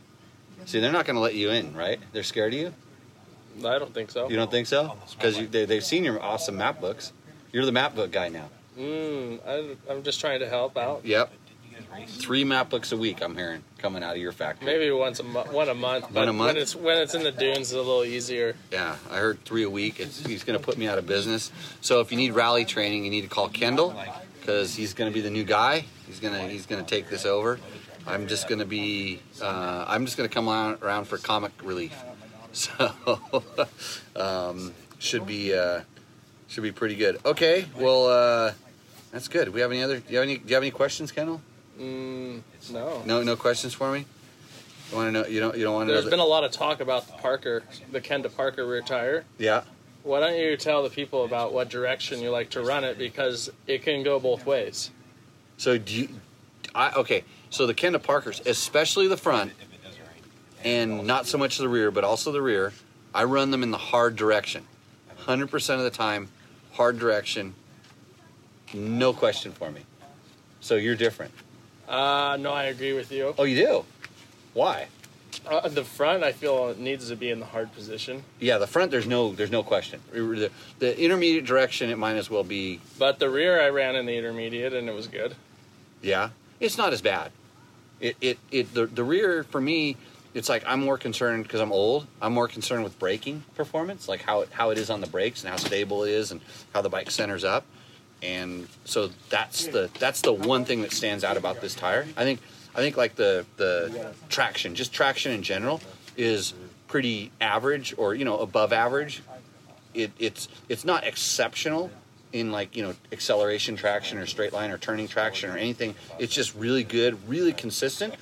Speaker 2: See, they're not going to let you in, right? They're scared of you.
Speaker 5: I don't think so.
Speaker 2: You don't think so? Because they, they've seen your awesome map books. You're the map book guy now.
Speaker 5: Mm, I, I'm just trying to help out.
Speaker 2: Yep. Three map books a week, I'm hearing, coming out of your factory.
Speaker 5: Maybe once a month, one a month. But
Speaker 2: a month?
Speaker 5: When it's when it's in the dunes, it's a little easier.
Speaker 2: Yeah, I heard three a week. It's, he's going to put me out of business. So if you need rally training, you need to call Kendall because he's going to be the new guy. He's going to he's going to take this over. I'm just going to be uh, I'm just going to come on, around for comic relief. <laughs> So um, should be uh, should be pretty good. Okay, well uh, that's good. We have any other? Do you have any? Do you have any questions, Kendall?
Speaker 5: Mm, no.
Speaker 2: No, no questions for me. You want to know? You don't. You don't want to.
Speaker 5: There's
Speaker 2: know
Speaker 5: been a lot of talk about the Parker, the Kenda Parker rear tire.
Speaker 2: yeah.
Speaker 5: Why don't you tell the people about what direction you like to run it because it can go both ways.
Speaker 2: So do you? I okay. So the Kenda Parkers, especially the front, and not so much the rear, but also the rear. I run them in the hard direction, hundred percent of the time, hard direction. No question for me. So you're different.
Speaker 5: Uh, no, I agree with you.
Speaker 2: Oh, you do. Why?
Speaker 5: Uh, the front, I feel, needs to be in the hard position,
Speaker 2: Yeah, the front. There's no. There's no question. The, the intermediate direction. It might as well be.
Speaker 5: but the rear, I ran in the intermediate and it was good.
Speaker 2: Yeah. It's not as bad. It it it the the rear for me. It's like I'm more concerned because I'm old. I'm more concerned with braking performance, like how it, how it is on the brakes and how stable it is and how the bike centers up. And so that's the that's the one thing that stands out about this tire. I think I think like the the traction, just traction in general, is pretty average or you know above average it, it's it's not exceptional in like you know acceleration traction or straight line or turning traction or anything. It's just really good, really consistent,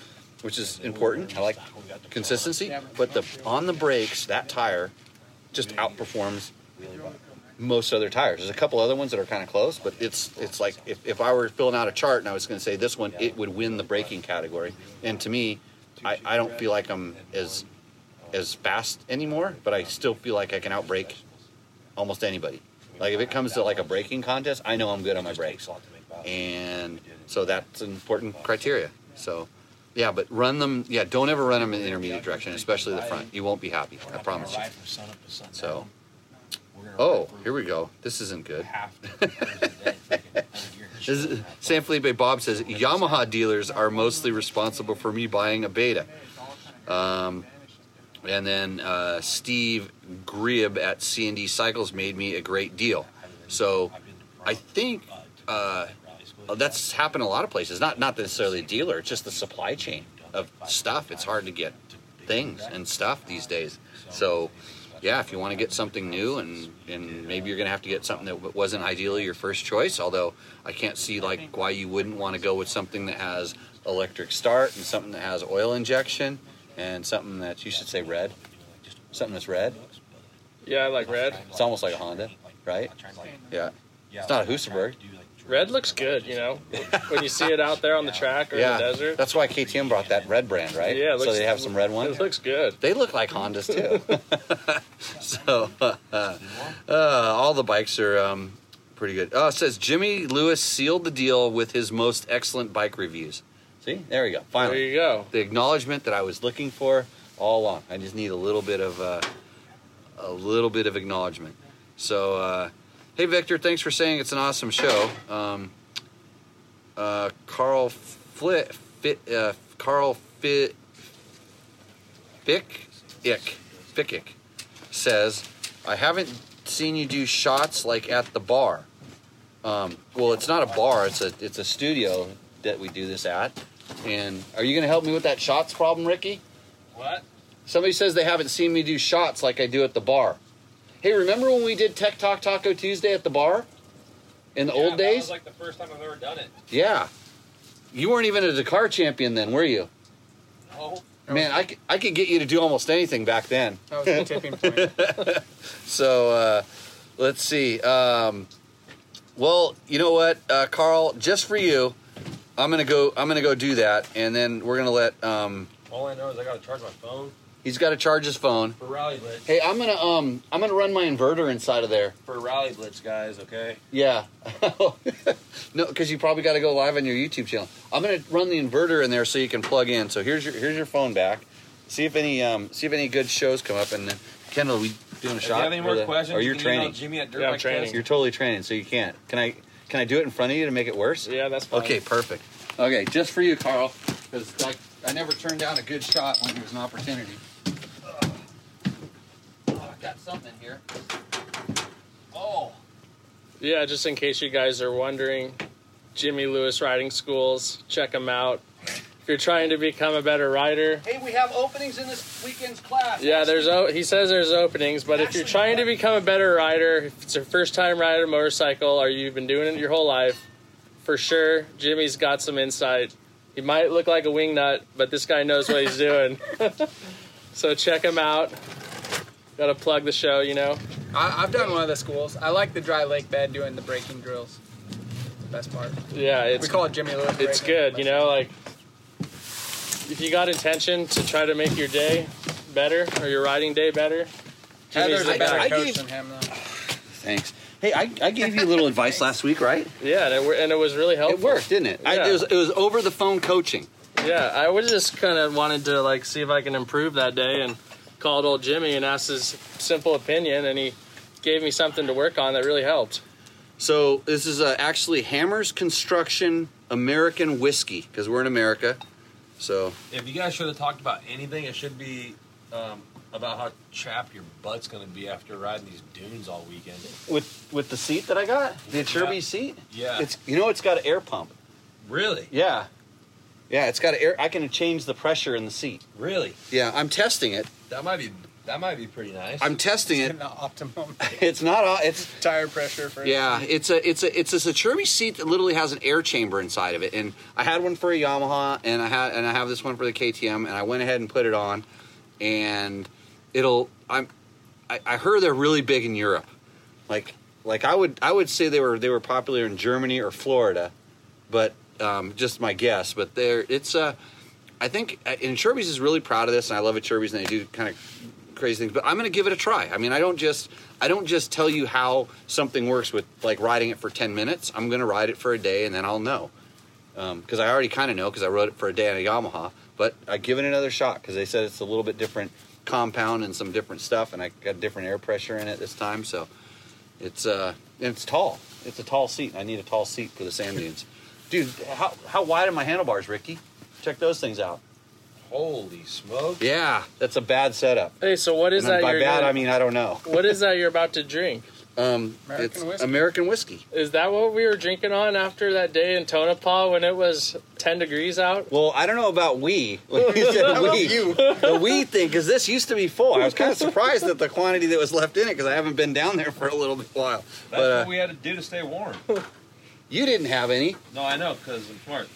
Speaker 2: which is important. I like consistency, but the on the brakes that tire just outperforms most other tires. There's a couple other ones that are kind of close, but it's it's like if, if I were filling out a chart and I was going to say this one, it would win the braking category. And to me, I, I don't feel like I'm as as fast anymore, but I still feel like I can outbrake almost anybody. Like if it comes to like a braking contest, I know I'm good on my brakes, and so that's an important criteria. So, yeah, but run them. Yeah, don't ever run them in the intermediate direction, especially the front. You won't be happy. I promise you. So, oh, here we go. This isn't good. <laughs> This is- San Felipe Bob says Yamaha dealers are mostly responsible for me buying a Beta. Um, and then uh, Steve Grieb at C&D Cycles made me a great deal. So I think uh, that's happened a lot of places. Not not necessarily a dealer, it's just the supply chain of stuff. It's hard to get things and stuff these days. So yeah, if you want to get something new and and maybe you're going to have to get something that wasn't ideally your first choice, although I can't see like why you wouldn't want to go with something that has electric start and something that has oil injection and something that you should say red. Something that's red.
Speaker 5: Yeah, I like red.
Speaker 2: It's almost like a Honda, right? Yeah. It's not a Husaberg.
Speaker 5: Red looks good, you know, <laughs> when you see it out there on the track or
Speaker 2: Yeah.
Speaker 5: in the desert.
Speaker 2: That's why KTM brought that red brand, right?
Speaker 5: Yeah, it
Speaker 2: So
Speaker 5: looks-
Speaker 2: they have some red ones.
Speaker 5: It looks good.
Speaker 2: They look like Hondas too. <laughs> so uh, uh, all the bikes are um, pretty good. Oh, it says Jimmy Lewis sealed the deal with his most excellent bike reviews. See, there we go.
Speaker 5: There
Speaker 2: Finally,
Speaker 5: you go.
Speaker 2: the acknowledgement that I was looking for all along. I just need a little bit of uh, a little bit of acknowledgement. So, uh, hey Victor, thanks for saying it's an awesome show. Um, uh, Carl Flit, Fit, uh, Carl Fit, Fick, Ick, Fickick says, I haven't seen you do shots like at the bar. Um, well, it's not a bar; it's a it's a studio that we do this at. And are you going to help me with that shots problem, Ricky?
Speaker 6: What?
Speaker 2: Somebody says they haven't seen me do shots like I do at the bar. Hey, remember when we did Tech Talk Taco Tuesday at the bar in the
Speaker 6: Yeah,
Speaker 2: old
Speaker 6: that
Speaker 2: days?
Speaker 6: was like the first time I've ever done it.
Speaker 2: yeah. You weren't even a Dakar champion then, were you?
Speaker 6: Oh,
Speaker 2: Man, I could, I could get you to do almost anything back then.
Speaker 4: That
Speaker 2: <laughs>
Speaker 4: was the tipping point.
Speaker 2: So uh, let's see. Um, well, you know what, uh, Carl? Just for you, I'm gonna go. I'm gonna go do that, and then we're gonna let. Um,
Speaker 6: all I know is I gotta charge my phone
Speaker 2: he's got to charge his phone.
Speaker 6: for Rally Blitz.
Speaker 2: Hey, I'm gonna um, I'm gonna run my inverter inside of there.
Speaker 6: For Rally Blitz, guys, okay?
Speaker 2: Yeah. <laughs> no, because you probably got to go live on your YouTube channel. I'm gonna run the inverter in there so you can plug in. So here's your here's your phone back. See if any um, see if any good shows come up. And then, Kendall, we doing a
Speaker 6: If
Speaker 2: shot?
Speaker 6: you have any
Speaker 2: Or
Speaker 6: more
Speaker 2: the-
Speaker 6: questions,
Speaker 2: Or
Speaker 6: you
Speaker 2: you're
Speaker 6: can
Speaker 2: training?
Speaker 6: email Jimmy at Dirt
Speaker 5: Yeah, I'm
Speaker 6: Bike
Speaker 5: training.
Speaker 2: You're totally training, so you can't. Can I? Can I do it in front of you to make it worse?
Speaker 5: Yeah, that's fine.
Speaker 2: Okay, perfect. Okay, just for you, Carl, because I, I never turned down a good shot when there was an opportunity. Oh, I've got something here. Oh,
Speaker 5: Yeah, just in case you guys are wondering, Jimmy Lewis Riding Schools, check them out. If you're trying to become a better rider,
Speaker 2: hey, we have openings in this weekend's class.
Speaker 5: yeah, there's o- he says there's openings, but if you're trying to become a better rider, if it's your first time riding a motorcycle or you've been doing it your whole life, for sure Jimmy's got some insight. He might look like a wingnut, but this guy knows what he's doing. <laughs> so check him out. Got to plug the show, you know.
Speaker 4: I, I've done one of the schools. I like the dry lake bed doing the braking drills. The best part.
Speaker 5: Yeah, it's
Speaker 4: we call it Jimmy Lewis.
Speaker 5: it's
Speaker 4: braking.
Speaker 5: good you know like if you got intention to try to make your day better or your riding day better
Speaker 4: Heather's
Speaker 2: I-
Speaker 4: a better
Speaker 2: I
Speaker 4: coach
Speaker 2: gave-
Speaker 4: than him, though.
Speaker 2: Thanks. Hey, I, I gave you a <laughs> little advice last week, right?
Speaker 5: yeah and it, wa- and it was really helpful
Speaker 2: It worked, didn't it? I, it
Speaker 5: Yeah.
Speaker 2: was it was over the phone coaching.
Speaker 5: yeah i was just kind of wanted to like see if i can improve that day and called old jimmy and asked his simple opinion and he gave me something to work on that really helped
Speaker 2: So this is uh, actually Hammers Construction American Whiskey because we're in America. So
Speaker 6: If you guys should have talked about anything, it should be um, about how chapped your butt's gonna be after riding these dunes all weekend.
Speaker 2: with with the seat that I got, the Cherby
Speaker 6: Yeah.
Speaker 2: seat,
Speaker 6: Yeah.
Speaker 2: it's you know it's got an air pump.
Speaker 6: really?
Speaker 2: Yeah, yeah, it's got an air. I can change the pressure in the seat.
Speaker 6: Really?
Speaker 2: Yeah, I'm testing it.
Speaker 6: That might be That might be pretty nice.
Speaker 2: I'm testing it. <laughs>
Speaker 4: Not optimum <laughs>
Speaker 2: It's not. a- It's
Speaker 4: tire pressure for
Speaker 2: Yeah, it's a it's a it's a Saturmi seat that literally has an air chamber inside of it. And I had one for a Yamaha, and I had and I have this one for the KTM, and I went ahead and put it on, and it'll I'm I, I heard they're really big in Europe, like like I would I would say they were they were popular in Germany or Florida, but um, just my guess. But there it's a I think uh, and Sherby's is really proud of this, and I love it. Sherby's and they do kind of crazy things, but I'm going to give it a try. I mean, I don't just I don't just tell you how something works with like riding it for 10 minutes. I'm going to ride it for a day and then I'll know because I already kind of know because I rode it for a day on a Yamaha. But I give it another shot because they said it's a little bit different compound and some different stuff, and I got different air pressure in it this time. So it's uh and it's tall. It's a tall seat. and I need a tall seat for the sand dunes. Dude, how how wide are my handlebars, Ricky? Check those things out.
Speaker 6: Holy smoke!
Speaker 2: Yeah, that's a bad setup.
Speaker 5: Hey, so what is
Speaker 2: And
Speaker 5: that? uh,
Speaker 2: by
Speaker 5: you're
Speaker 2: bad,
Speaker 5: gonna-
Speaker 2: I mean I don't know.
Speaker 5: what is that you're about to drink?
Speaker 2: Um,
Speaker 4: American
Speaker 2: it's
Speaker 4: whiskey.
Speaker 2: American whiskey.
Speaker 5: Is that what we were drinking on after that day in Tonopah when it was 10 degrees out?
Speaker 2: Well, I don't know about we. <laughs> When you said we, the we thing, because this used to be full. I was kind of surprised at the quantity that was left in it because I haven't been down there for a little bit while.
Speaker 6: That's
Speaker 2: But uh,
Speaker 6: what we had to do to stay warm.
Speaker 2: you didn't have any.
Speaker 6: no, I know because I'm smart.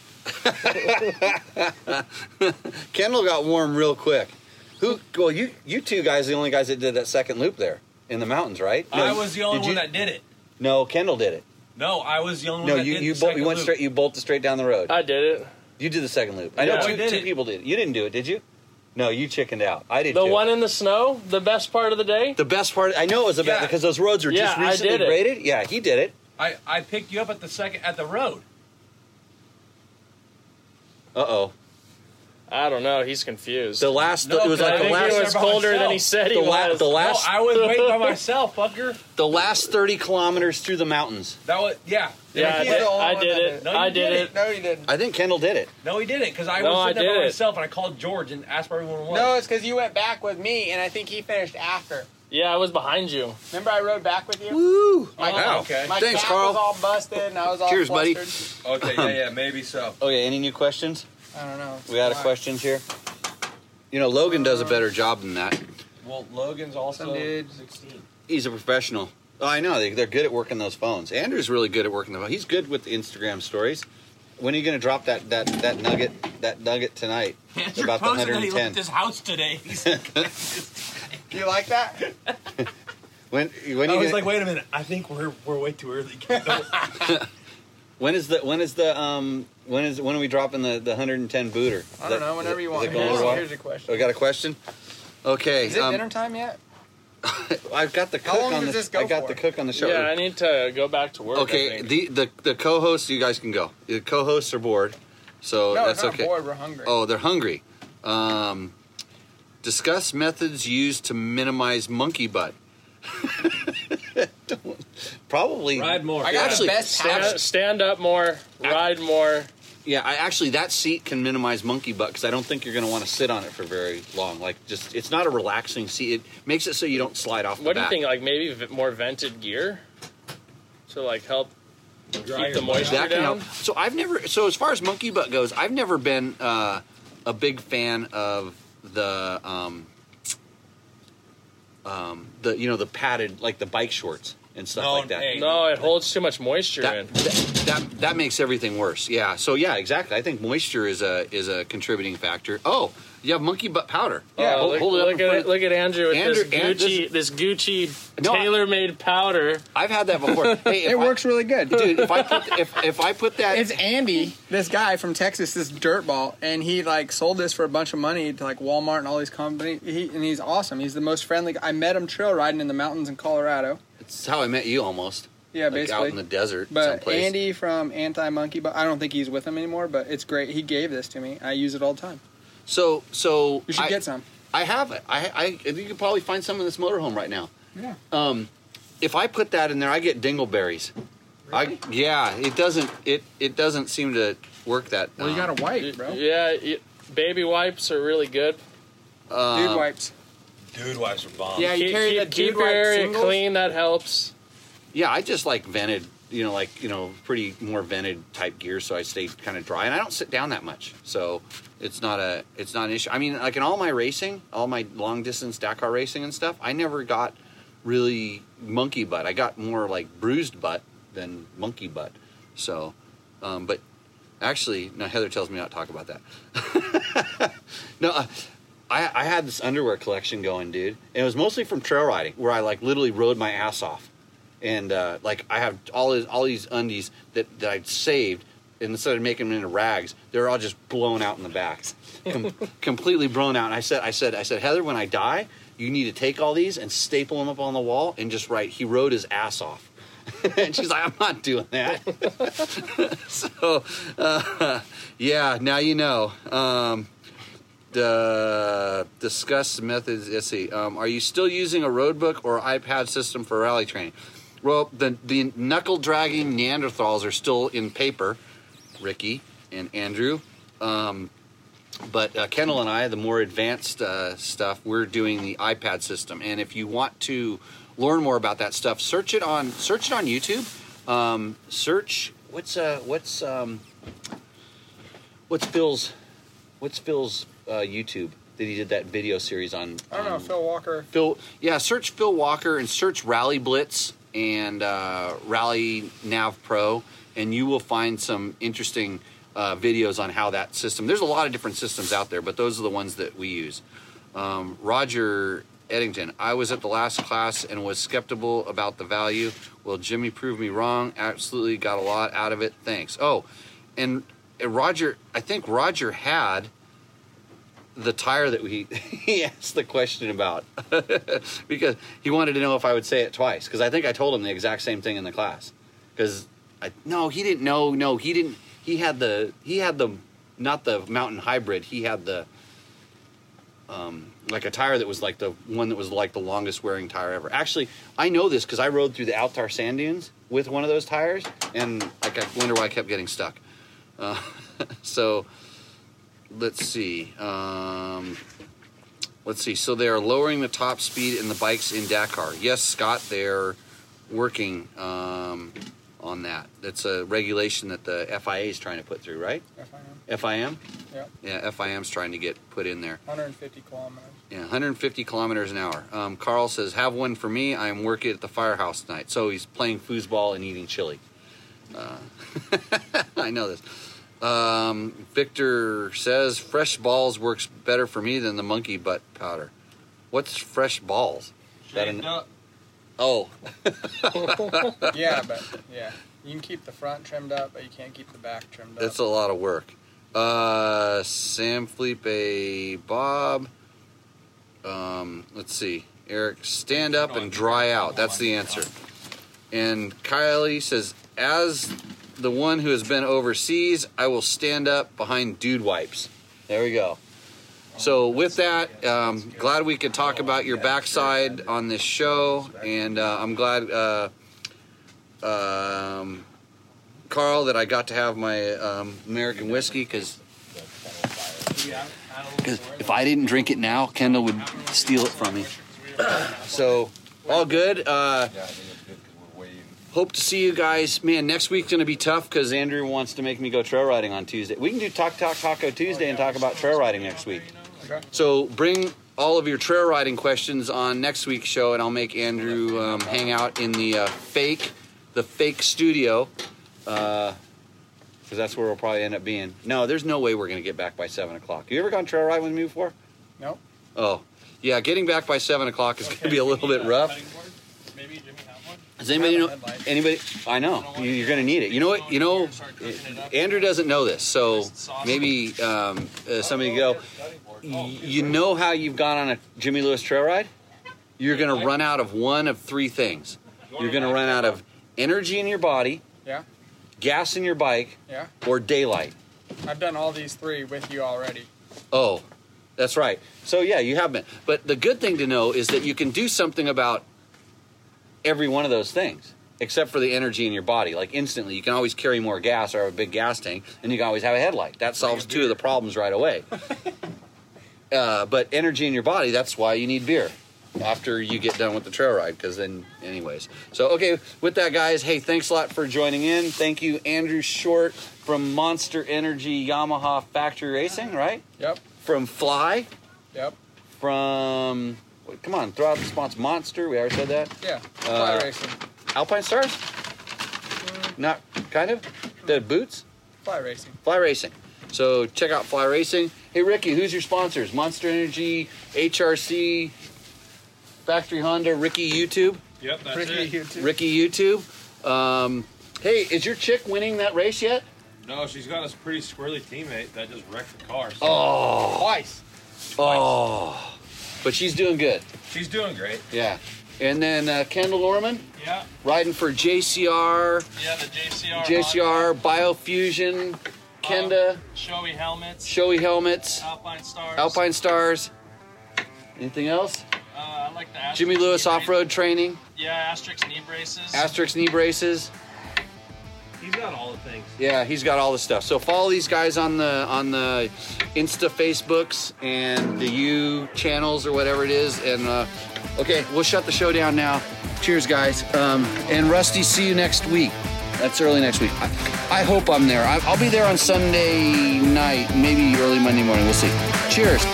Speaker 2: Kendall got warm real quick. Who? Well, you you two guys, are the only guys that did that second loop there in the mountains, right? No,
Speaker 6: I
Speaker 2: you-
Speaker 6: was the only
Speaker 2: did
Speaker 6: one
Speaker 2: you-
Speaker 6: that did it.
Speaker 2: No, Kendall did it.
Speaker 6: No, I was the only
Speaker 2: No,
Speaker 6: one that
Speaker 2: you
Speaker 6: did
Speaker 2: you,
Speaker 6: the
Speaker 2: bol-
Speaker 6: second
Speaker 2: you went
Speaker 6: loop.
Speaker 2: straight. You bolted straight down the road.
Speaker 5: I did it.
Speaker 2: you did the second loop. I know
Speaker 6: Yeah, I
Speaker 2: two,
Speaker 6: did
Speaker 2: two
Speaker 6: it.
Speaker 2: people did. it. You didn't do it, did you? No, you chickened out. I did.
Speaker 5: The
Speaker 2: too.
Speaker 5: one in the snow, the best part of the day.
Speaker 2: The best part, I know it was about
Speaker 6: Yeah.
Speaker 2: because those roads were
Speaker 5: Yeah,
Speaker 2: just
Speaker 5: I
Speaker 2: recently
Speaker 5: did it.
Speaker 2: graded. Yeah, he did it.
Speaker 6: I, I picked you up at the second at the road.
Speaker 2: Uh oh.
Speaker 5: I don't know. He's confused.
Speaker 2: The last,
Speaker 6: No,
Speaker 2: it was
Speaker 6: I
Speaker 2: like
Speaker 5: I
Speaker 2: the
Speaker 5: think
Speaker 2: last,
Speaker 5: he
Speaker 6: there
Speaker 5: was
Speaker 6: by
Speaker 5: colder than
Speaker 6: myself.
Speaker 5: he said he
Speaker 2: the, la-
Speaker 5: was.
Speaker 2: the last,
Speaker 6: no, I was waiting by myself, fucker.
Speaker 2: the last thirty kilometers through the mountains.
Speaker 6: That was yeah.
Speaker 5: yeah, I
Speaker 6: he
Speaker 5: did,
Speaker 6: was the only
Speaker 5: I
Speaker 6: one
Speaker 5: did
Speaker 6: that
Speaker 5: it.
Speaker 6: No, you
Speaker 5: I did
Speaker 6: didn't.
Speaker 5: it.
Speaker 4: No, you didn't.
Speaker 2: I think Kendall did it.
Speaker 6: No, he didn't because I
Speaker 5: No,
Speaker 6: was
Speaker 5: I
Speaker 6: sitting there
Speaker 5: did
Speaker 6: by
Speaker 5: it.
Speaker 6: myself and I called George and asked where everyone was.
Speaker 4: No, it's because you went back with me, and I think he finished after.
Speaker 5: Yeah, I was behind you.
Speaker 4: Remember, I rode back with you.
Speaker 2: Woo!
Speaker 6: Oh,
Speaker 2: Wow.
Speaker 6: okay.
Speaker 4: My
Speaker 2: Thanks,
Speaker 4: cap
Speaker 2: Carl.
Speaker 4: was all busted, and I was all
Speaker 2: Cheers, buddy.
Speaker 4: flustered.
Speaker 6: Okay, yeah, <laughs> yeah, maybe so.
Speaker 2: Okay. Any new questions?
Speaker 4: I don't know.
Speaker 2: We out of
Speaker 4: Why?
Speaker 2: questions here. You know, Logan does a better job than that.
Speaker 6: Well, Logan's also
Speaker 4: Some dude.
Speaker 6: 16.
Speaker 2: He's a professional. Oh, I know. They, they're good at working those phones. Andrew's really good at working the phone. He's good with the Instagram stories. When are you going to drop that, that, that nugget that nugget tonight about the 110?
Speaker 6: house today.
Speaker 4: You like that?
Speaker 2: When when
Speaker 6: I
Speaker 2: you
Speaker 6: was
Speaker 2: gonna-
Speaker 6: like, wait a minute, I think we're we're way too early. <laughs>
Speaker 2: <laughs> when is the when is the um when is when are we dropping the the 110 booter?
Speaker 4: I don't know. Whenever you want.
Speaker 2: Is it going
Speaker 4: Here's,
Speaker 2: to walk?
Speaker 4: here's your
Speaker 2: Oh,
Speaker 4: question.
Speaker 2: we got a question. Okay,
Speaker 4: Is it
Speaker 2: um,
Speaker 4: dinner time yet?
Speaker 2: I've got the cook
Speaker 4: How long
Speaker 2: on
Speaker 4: does
Speaker 2: the
Speaker 4: this go
Speaker 2: I got
Speaker 4: for?
Speaker 2: the cook on the show.
Speaker 5: Yeah, I need to go back to work. I
Speaker 2: okay,
Speaker 5: think.
Speaker 2: the the the co-hosts you guys can go. The co-hosts are bored, so
Speaker 4: no,
Speaker 2: oh, that's
Speaker 4: we're not
Speaker 2: okay.
Speaker 4: bored. We're hungry.
Speaker 2: Oh, they're hungry. Um, discuss methods used to minimize monkey butt. <laughs> Don't- Probably
Speaker 6: Ride more.
Speaker 4: I got
Speaker 2: actually,
Speaker 4: the best
Speaker 2: stand-
Speaker 4: house.
Speaker 5: stand, stand up more, ride more.
Speaker 2: Yeah, I actually that seat can minimize monkey butt because I don't think you're going to want to sit on it for very long. Like, just it's not a relaxing seat. It makes it so you don't slide off. the
Speaker 5: What do you
Speaker 2: back.
Speaker 5: think? Like maybe v- more vented gear to like help keep the moisture
Speaker 2: That can
Speaker 5: down.
Speaker 2: help. So I've never. So as far as monkey butt goes, I've never been uh, a big fan of the um, um, the you know the padded like the bike shorts and stuff
Speaker 6: No,
Speaker 5: Oh,
Speaker 2: like that.
Speaker 6: hey,
Speaker 5: No, it holds too much moisture in.
Speaker 2: That, that, that that makes everything worse. Yeah. So yeah, exactly. I think moisture is a is a contributing factor. Oh, you have monkey butt powder.
Speaker 5: Yeah,
Speaker 2: hold,
Speaker 5: look,
Speaker 2: hold it up.
Speaker 5: look
Speaker 2: in
Speaker 5: at
Speaker 2: front
Speaker 5: it,
Speaker 2: of-
Speaker 5: look at Andrew with this
Speaker 2: Andrew- and
Speaker 5: Gucci, this, Gucci
Speaker 2: No, I-
Speaker 5: tailor-made powder.
Speaker 2: I've had that before. Hey, if
Speaker 4: it
Speaker 2: I-
Speaker 4: works really good.
Speaker 2: dude. If I put if, if I put that,
Speaker 4: It's Andy, this guy from Texas, this dirtball, and he like sold this for a bunch of money to like Walmart and all these companies. He, and he's awesome. He's the most friendly. I met him trail riding in the mountains in Colorado.
Speaker 2: it's how I met you almost.
Speaker 4: Yeah,
Speaker 2: like out
Speaker 4: basically.
Speaker 2: in the desert,
Speaker 4: but
Speaker 2: someplace.
Speaker 4: Andy from Anti Monkey, but I don't think he's with him anymore. But it's great. He gave this to me. I use it all the time.
Speaker 2: so so
Speaker 4: You should
Speaker 2: I,
Speaker 4: get some.
Speaker 2: I have it. I I and you could probably find some in this motorhome right now.
Speaker 4: Yeah.
Speaker 2: Um, if I put that in there, I get dingleberries. I yeah, it doesn't it it doesn't seem to work that.
Speaker 4: Well, you
Speaker 2: um,
Speaker 4: got a
Speaker 5: Y-
Speaker 4: wipe, bro.
Speaker 5: Yeah, y- baby wipes are really good.
Speaker 2: Um,
Speaker 4: Dude wipes.
Speaker 6: Dude wipes are
Speaker 3: um,
Speaker 6: bomb.
Speaker 4: Yeah, you
Speaker 5: keep
Speaker 4: carry
Speaker 5: keep,
Speaker 4: the dude
Speaker 5: keep your
Speaker 4: wipe
Speaker 5: area
Speaker 4: singles?
Speaker 5: clean. That helps.
Speaker 2: Yeah, I just like vented, you know, like you know, pretty more vented type gear, so I stay kind of dry, and I don't sit down that much. So it's not a it's not an issue. I mean, like in all my racing, all my long distance Dakar racing and stuff, I never got really monkey butt. I got more like bruised butt than monkey butt. So, um, but actually, no. Heather tells me not to talk about that. <laughs> no, uh, I, I had this underwear collection going, dude, and it was mostly from trail riding, where I like literally rode my ass off, and uh, like I have all these all these undies that that I'd saved, and instead of making them into rags, they're all just blown out in the back, Com- completely blown out. And I said, I said, I said, Heather, when I die, you need to take all these and staple them up on the wall and just write, "He rode his ass off." <laughs> and she's like, "I'm not doing that." <laughs> so, uh, yeah, now you know. Um, uh, discuss methods. Let's see. Um, are you still using a road book or iPad system for rally training? Well, the the knuckle dragging Neanderthals are still in paper, Ricky and Andrew. Um, but uh, Kendall and I, the more advanced uh, stuff, we're doing the iPad system. And if you want to learn more about that stuff, search it on search it on YouTube. Um, search what's uh, what's um, what's Phil's what's Phil's uh, YouTube that he did that video series on.
Speaker 4: I don't know,
Speaker 2: on-
Speaker 4: Phil Walker.
Speaker 2: Phil, yeah, search Phil Walker and search Rally Blitz and uh, Rally Nav Pro, and you will find some interesting uh, videos on how that system. There's a lot of different systems out there, but those are the ones that we use. Um, Roger Eddington, I was at the last class and was skeptical about the value. Well, Jimmy proved me wrong. Absolutely got a lot out of it. Thanks. Oh, and uh, Roger, I think Roger had the tire that we <laughs> he asked the question about <laughs> because he wanted to know if I would say it twice because I think I told him the exact same thing in the class because I no he didn't know no he didn't he had the he had the not the mountain hybrid he had the um like a tire that was like the one that was like the longest wearing tire ever actually I know this because I rode through the Altar sand dunes with one of those tires and like I wonder why I kept getting stuck uh, <laughs> so let's see. Um, let's see. So they are lowering the top speed in the bikes in Dakar. Yes, Scott, they're working um, on that. That's a regulation that the FIA is trying to put through, right?
Speaker 4: If I
Speaker 2: FIM?
Speaker 4: am. Yeah,
Speaker 2: Yeah, FIM's trying to get put in there.
Speaker 4: 150 kilometers.
Speaker 2: Yeah, 150 kilometers an hour. Um, Carl says, "Have one for me. I am working at the firehouse tonight." So he's playing foosball and eating chili. Uh, <laughs> I know this. Um, Victor says, "Fresh balls works better for me than the monkey butt powder." What's fresh balls? That
Speaker 6: Shaved
Speaker 2: an-
Speaker 6: up.
Speaker 2: Oh,
Speaker 4: yeah, but yeah, you can keep the front trimmed up, but you can't keep the back trimmed up.
Speaker 2: That's a lot of work. Uh, Sam Felipe, Bob. Um, let's see. Eric, stand up and dry out. That's the answer. And Kylie says, as the one who has been overseas, I will stand up behind dude wipes. There we go. So with that, um, glad we could talk about your backside on this show, and uh, I'm glad, uh, um, Carl, that I got to have my um, American whiskey because if I didn't drink it now, Kendall would steal it from me. <coughs> so all good. Uh, hope to see you guys. Man, next week's gonna be tough because Andrew wants to make me go trail riding on Tuesday. We can do Talk Talk Taco Tuesday and talk about trail riding next week. So bring all of your trail riding questions on next week's show, and I'll make Andrew um, hang out in the uh, fake, the fake studio, because that's where we'll probably end up being. No, there's no way we're gonna get back by seven o'clock. You ever gone trail riding with me before?
Speaker 4: Nope.
Speaker 2: Oh, yeah. Getting back by seven o'clock is gonna be a little bit rough.
Speaker 6: Maybe Jimmy have one.
Speaker 2: Does anybody know?
Speaker 4: Headlights.
Speaker 2: Anybody? I know you- you're going to need it. You know what? You know, Andrew doesn't know this, so maybe um, uh, somebody go. "Y- You know how you've gone on a Jimmy Lewis trail ride? You're going to run out of one of three things. You're going to run out of energy in your body,
Speaker 4: Yeah,
Speaker 2: gas in your bike,
Speaker 4: yeah.
Speaker 2: or daylight.
Speaker 4: I've done all these three with you already.
Speaker 2: Oh, that's right. So yeah, you have been. But the good thing to know is that you can do something about every one of those things, except for the energy in your body. Like instantly, you can always carry more gas or have a big gas tank, and you can always have a headlight. That solves two of the problems right away. uh, but energy in your body—that's why you need beer. after you get done with the trail ride because then anyways so okay with that guys hey thanks a lot for joining in thank you andrew short from monster energy yamaha factory racing right
Speaker 4: Yep.
Speaker 2: from fly
Speaker 4: Yep.
Speaker 2: from wait, come on throw out the sponsor monster we already said that
Speaker 4: Yeah.
Speaker 2: Uh,
Speaker 4: Fly racing.
Speaker 2: alpine stars not kind of the boots
Speaker 4: Fly racing.
Speaker 2: Fly Racing. So check out Fly Racing. Hey Ricky, who's your sponsors? Monster Energy, HRC, Factory Honda, Ricky YouTube,
Speaker 6: Yep, that's
Speaker 4: Ricky, you too.
Speaker 2: Ricky YouTube. Um, hey, is your chick winning that race yet?
Speaker 6: No, she's got a pretty squirrely teammate that just wrecked the car. So
Speaker 2: Oh,
Speaker 4: Twice.
Speaker 2: oh, but she's doing good.
Speaker 6: she's doing great.
Speaker 2: Yeah. And then uh, Kendall Orman
Speaker 6: Yeah,
Speaker 2: riding for JCR,
Speaker 6: yeah, the JCR.
Speaker 2: JCR Biofusion, Kenda,
Speaker 6: Um, Showy helmets.
Speaker 2: Showy helmets,
Speaker 6: Alpine stars.
Speaker 2: Alpine Stars. Anything else?
Speaker 6: Uh, I like the
Speaker 2: Jimmy
Speaker 6: asterisk
Speaker 2: Lewis
Speaker 6: knee
Speaker 2: off road training.
Speaker 6: brace- Yeah, Asterix knee braces.
Speaker 2: Asterix knee braces.
Speaker 6: He's got all the things.
Speaker 2: Yeah, he's got all the stuff. So follow these guys on the on the Insta, Facebooks, and the U channels or whatever it is. And uh, okay, we'll shut the show down now. Cheers, guys. Um, and Rusty, see you next week. That's early next week. I, I hope I'm there. I, I'll be there on Sunday night, maybe early Monday morning. We'll see. Cheers.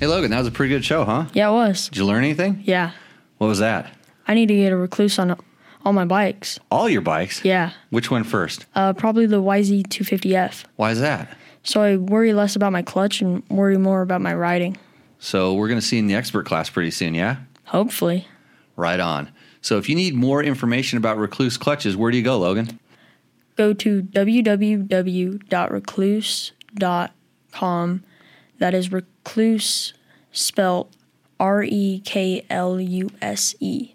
Speaker 1: Hey, Logan, that was a pretty good show, huh?
Speaker 8: Yeah, it was.
Speaker 1: Did you learn anything?
Speaker 8: Yeah.
Speaker 1: What was that?
Speaker 8: I need to get a recluse on all my bikes.
Speaker 1: All your bikes?
Speaker 8: Yeah.
Speaker 1: Which one first?
Speaker 8: Uh, probably the YZ250F.
Speaker 1: Why is that?
Speaker 8: So I worry less about my clutch and worry more about my riding.
Speaker 1: So we're going to see you in the expert class pretty soon, yeah?
Speaker 8: Hopefully.
Speaker 1: Right on. So if you need more information about recluse clutches, where do you go, Logan?
Speaker 8: Go to www.recluse.com. That is recluse spelt R E K L U S E.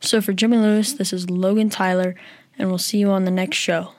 Speaker 8: So for Jimmy Lewis, this is Logan Tyler, and we'll see you on the next show.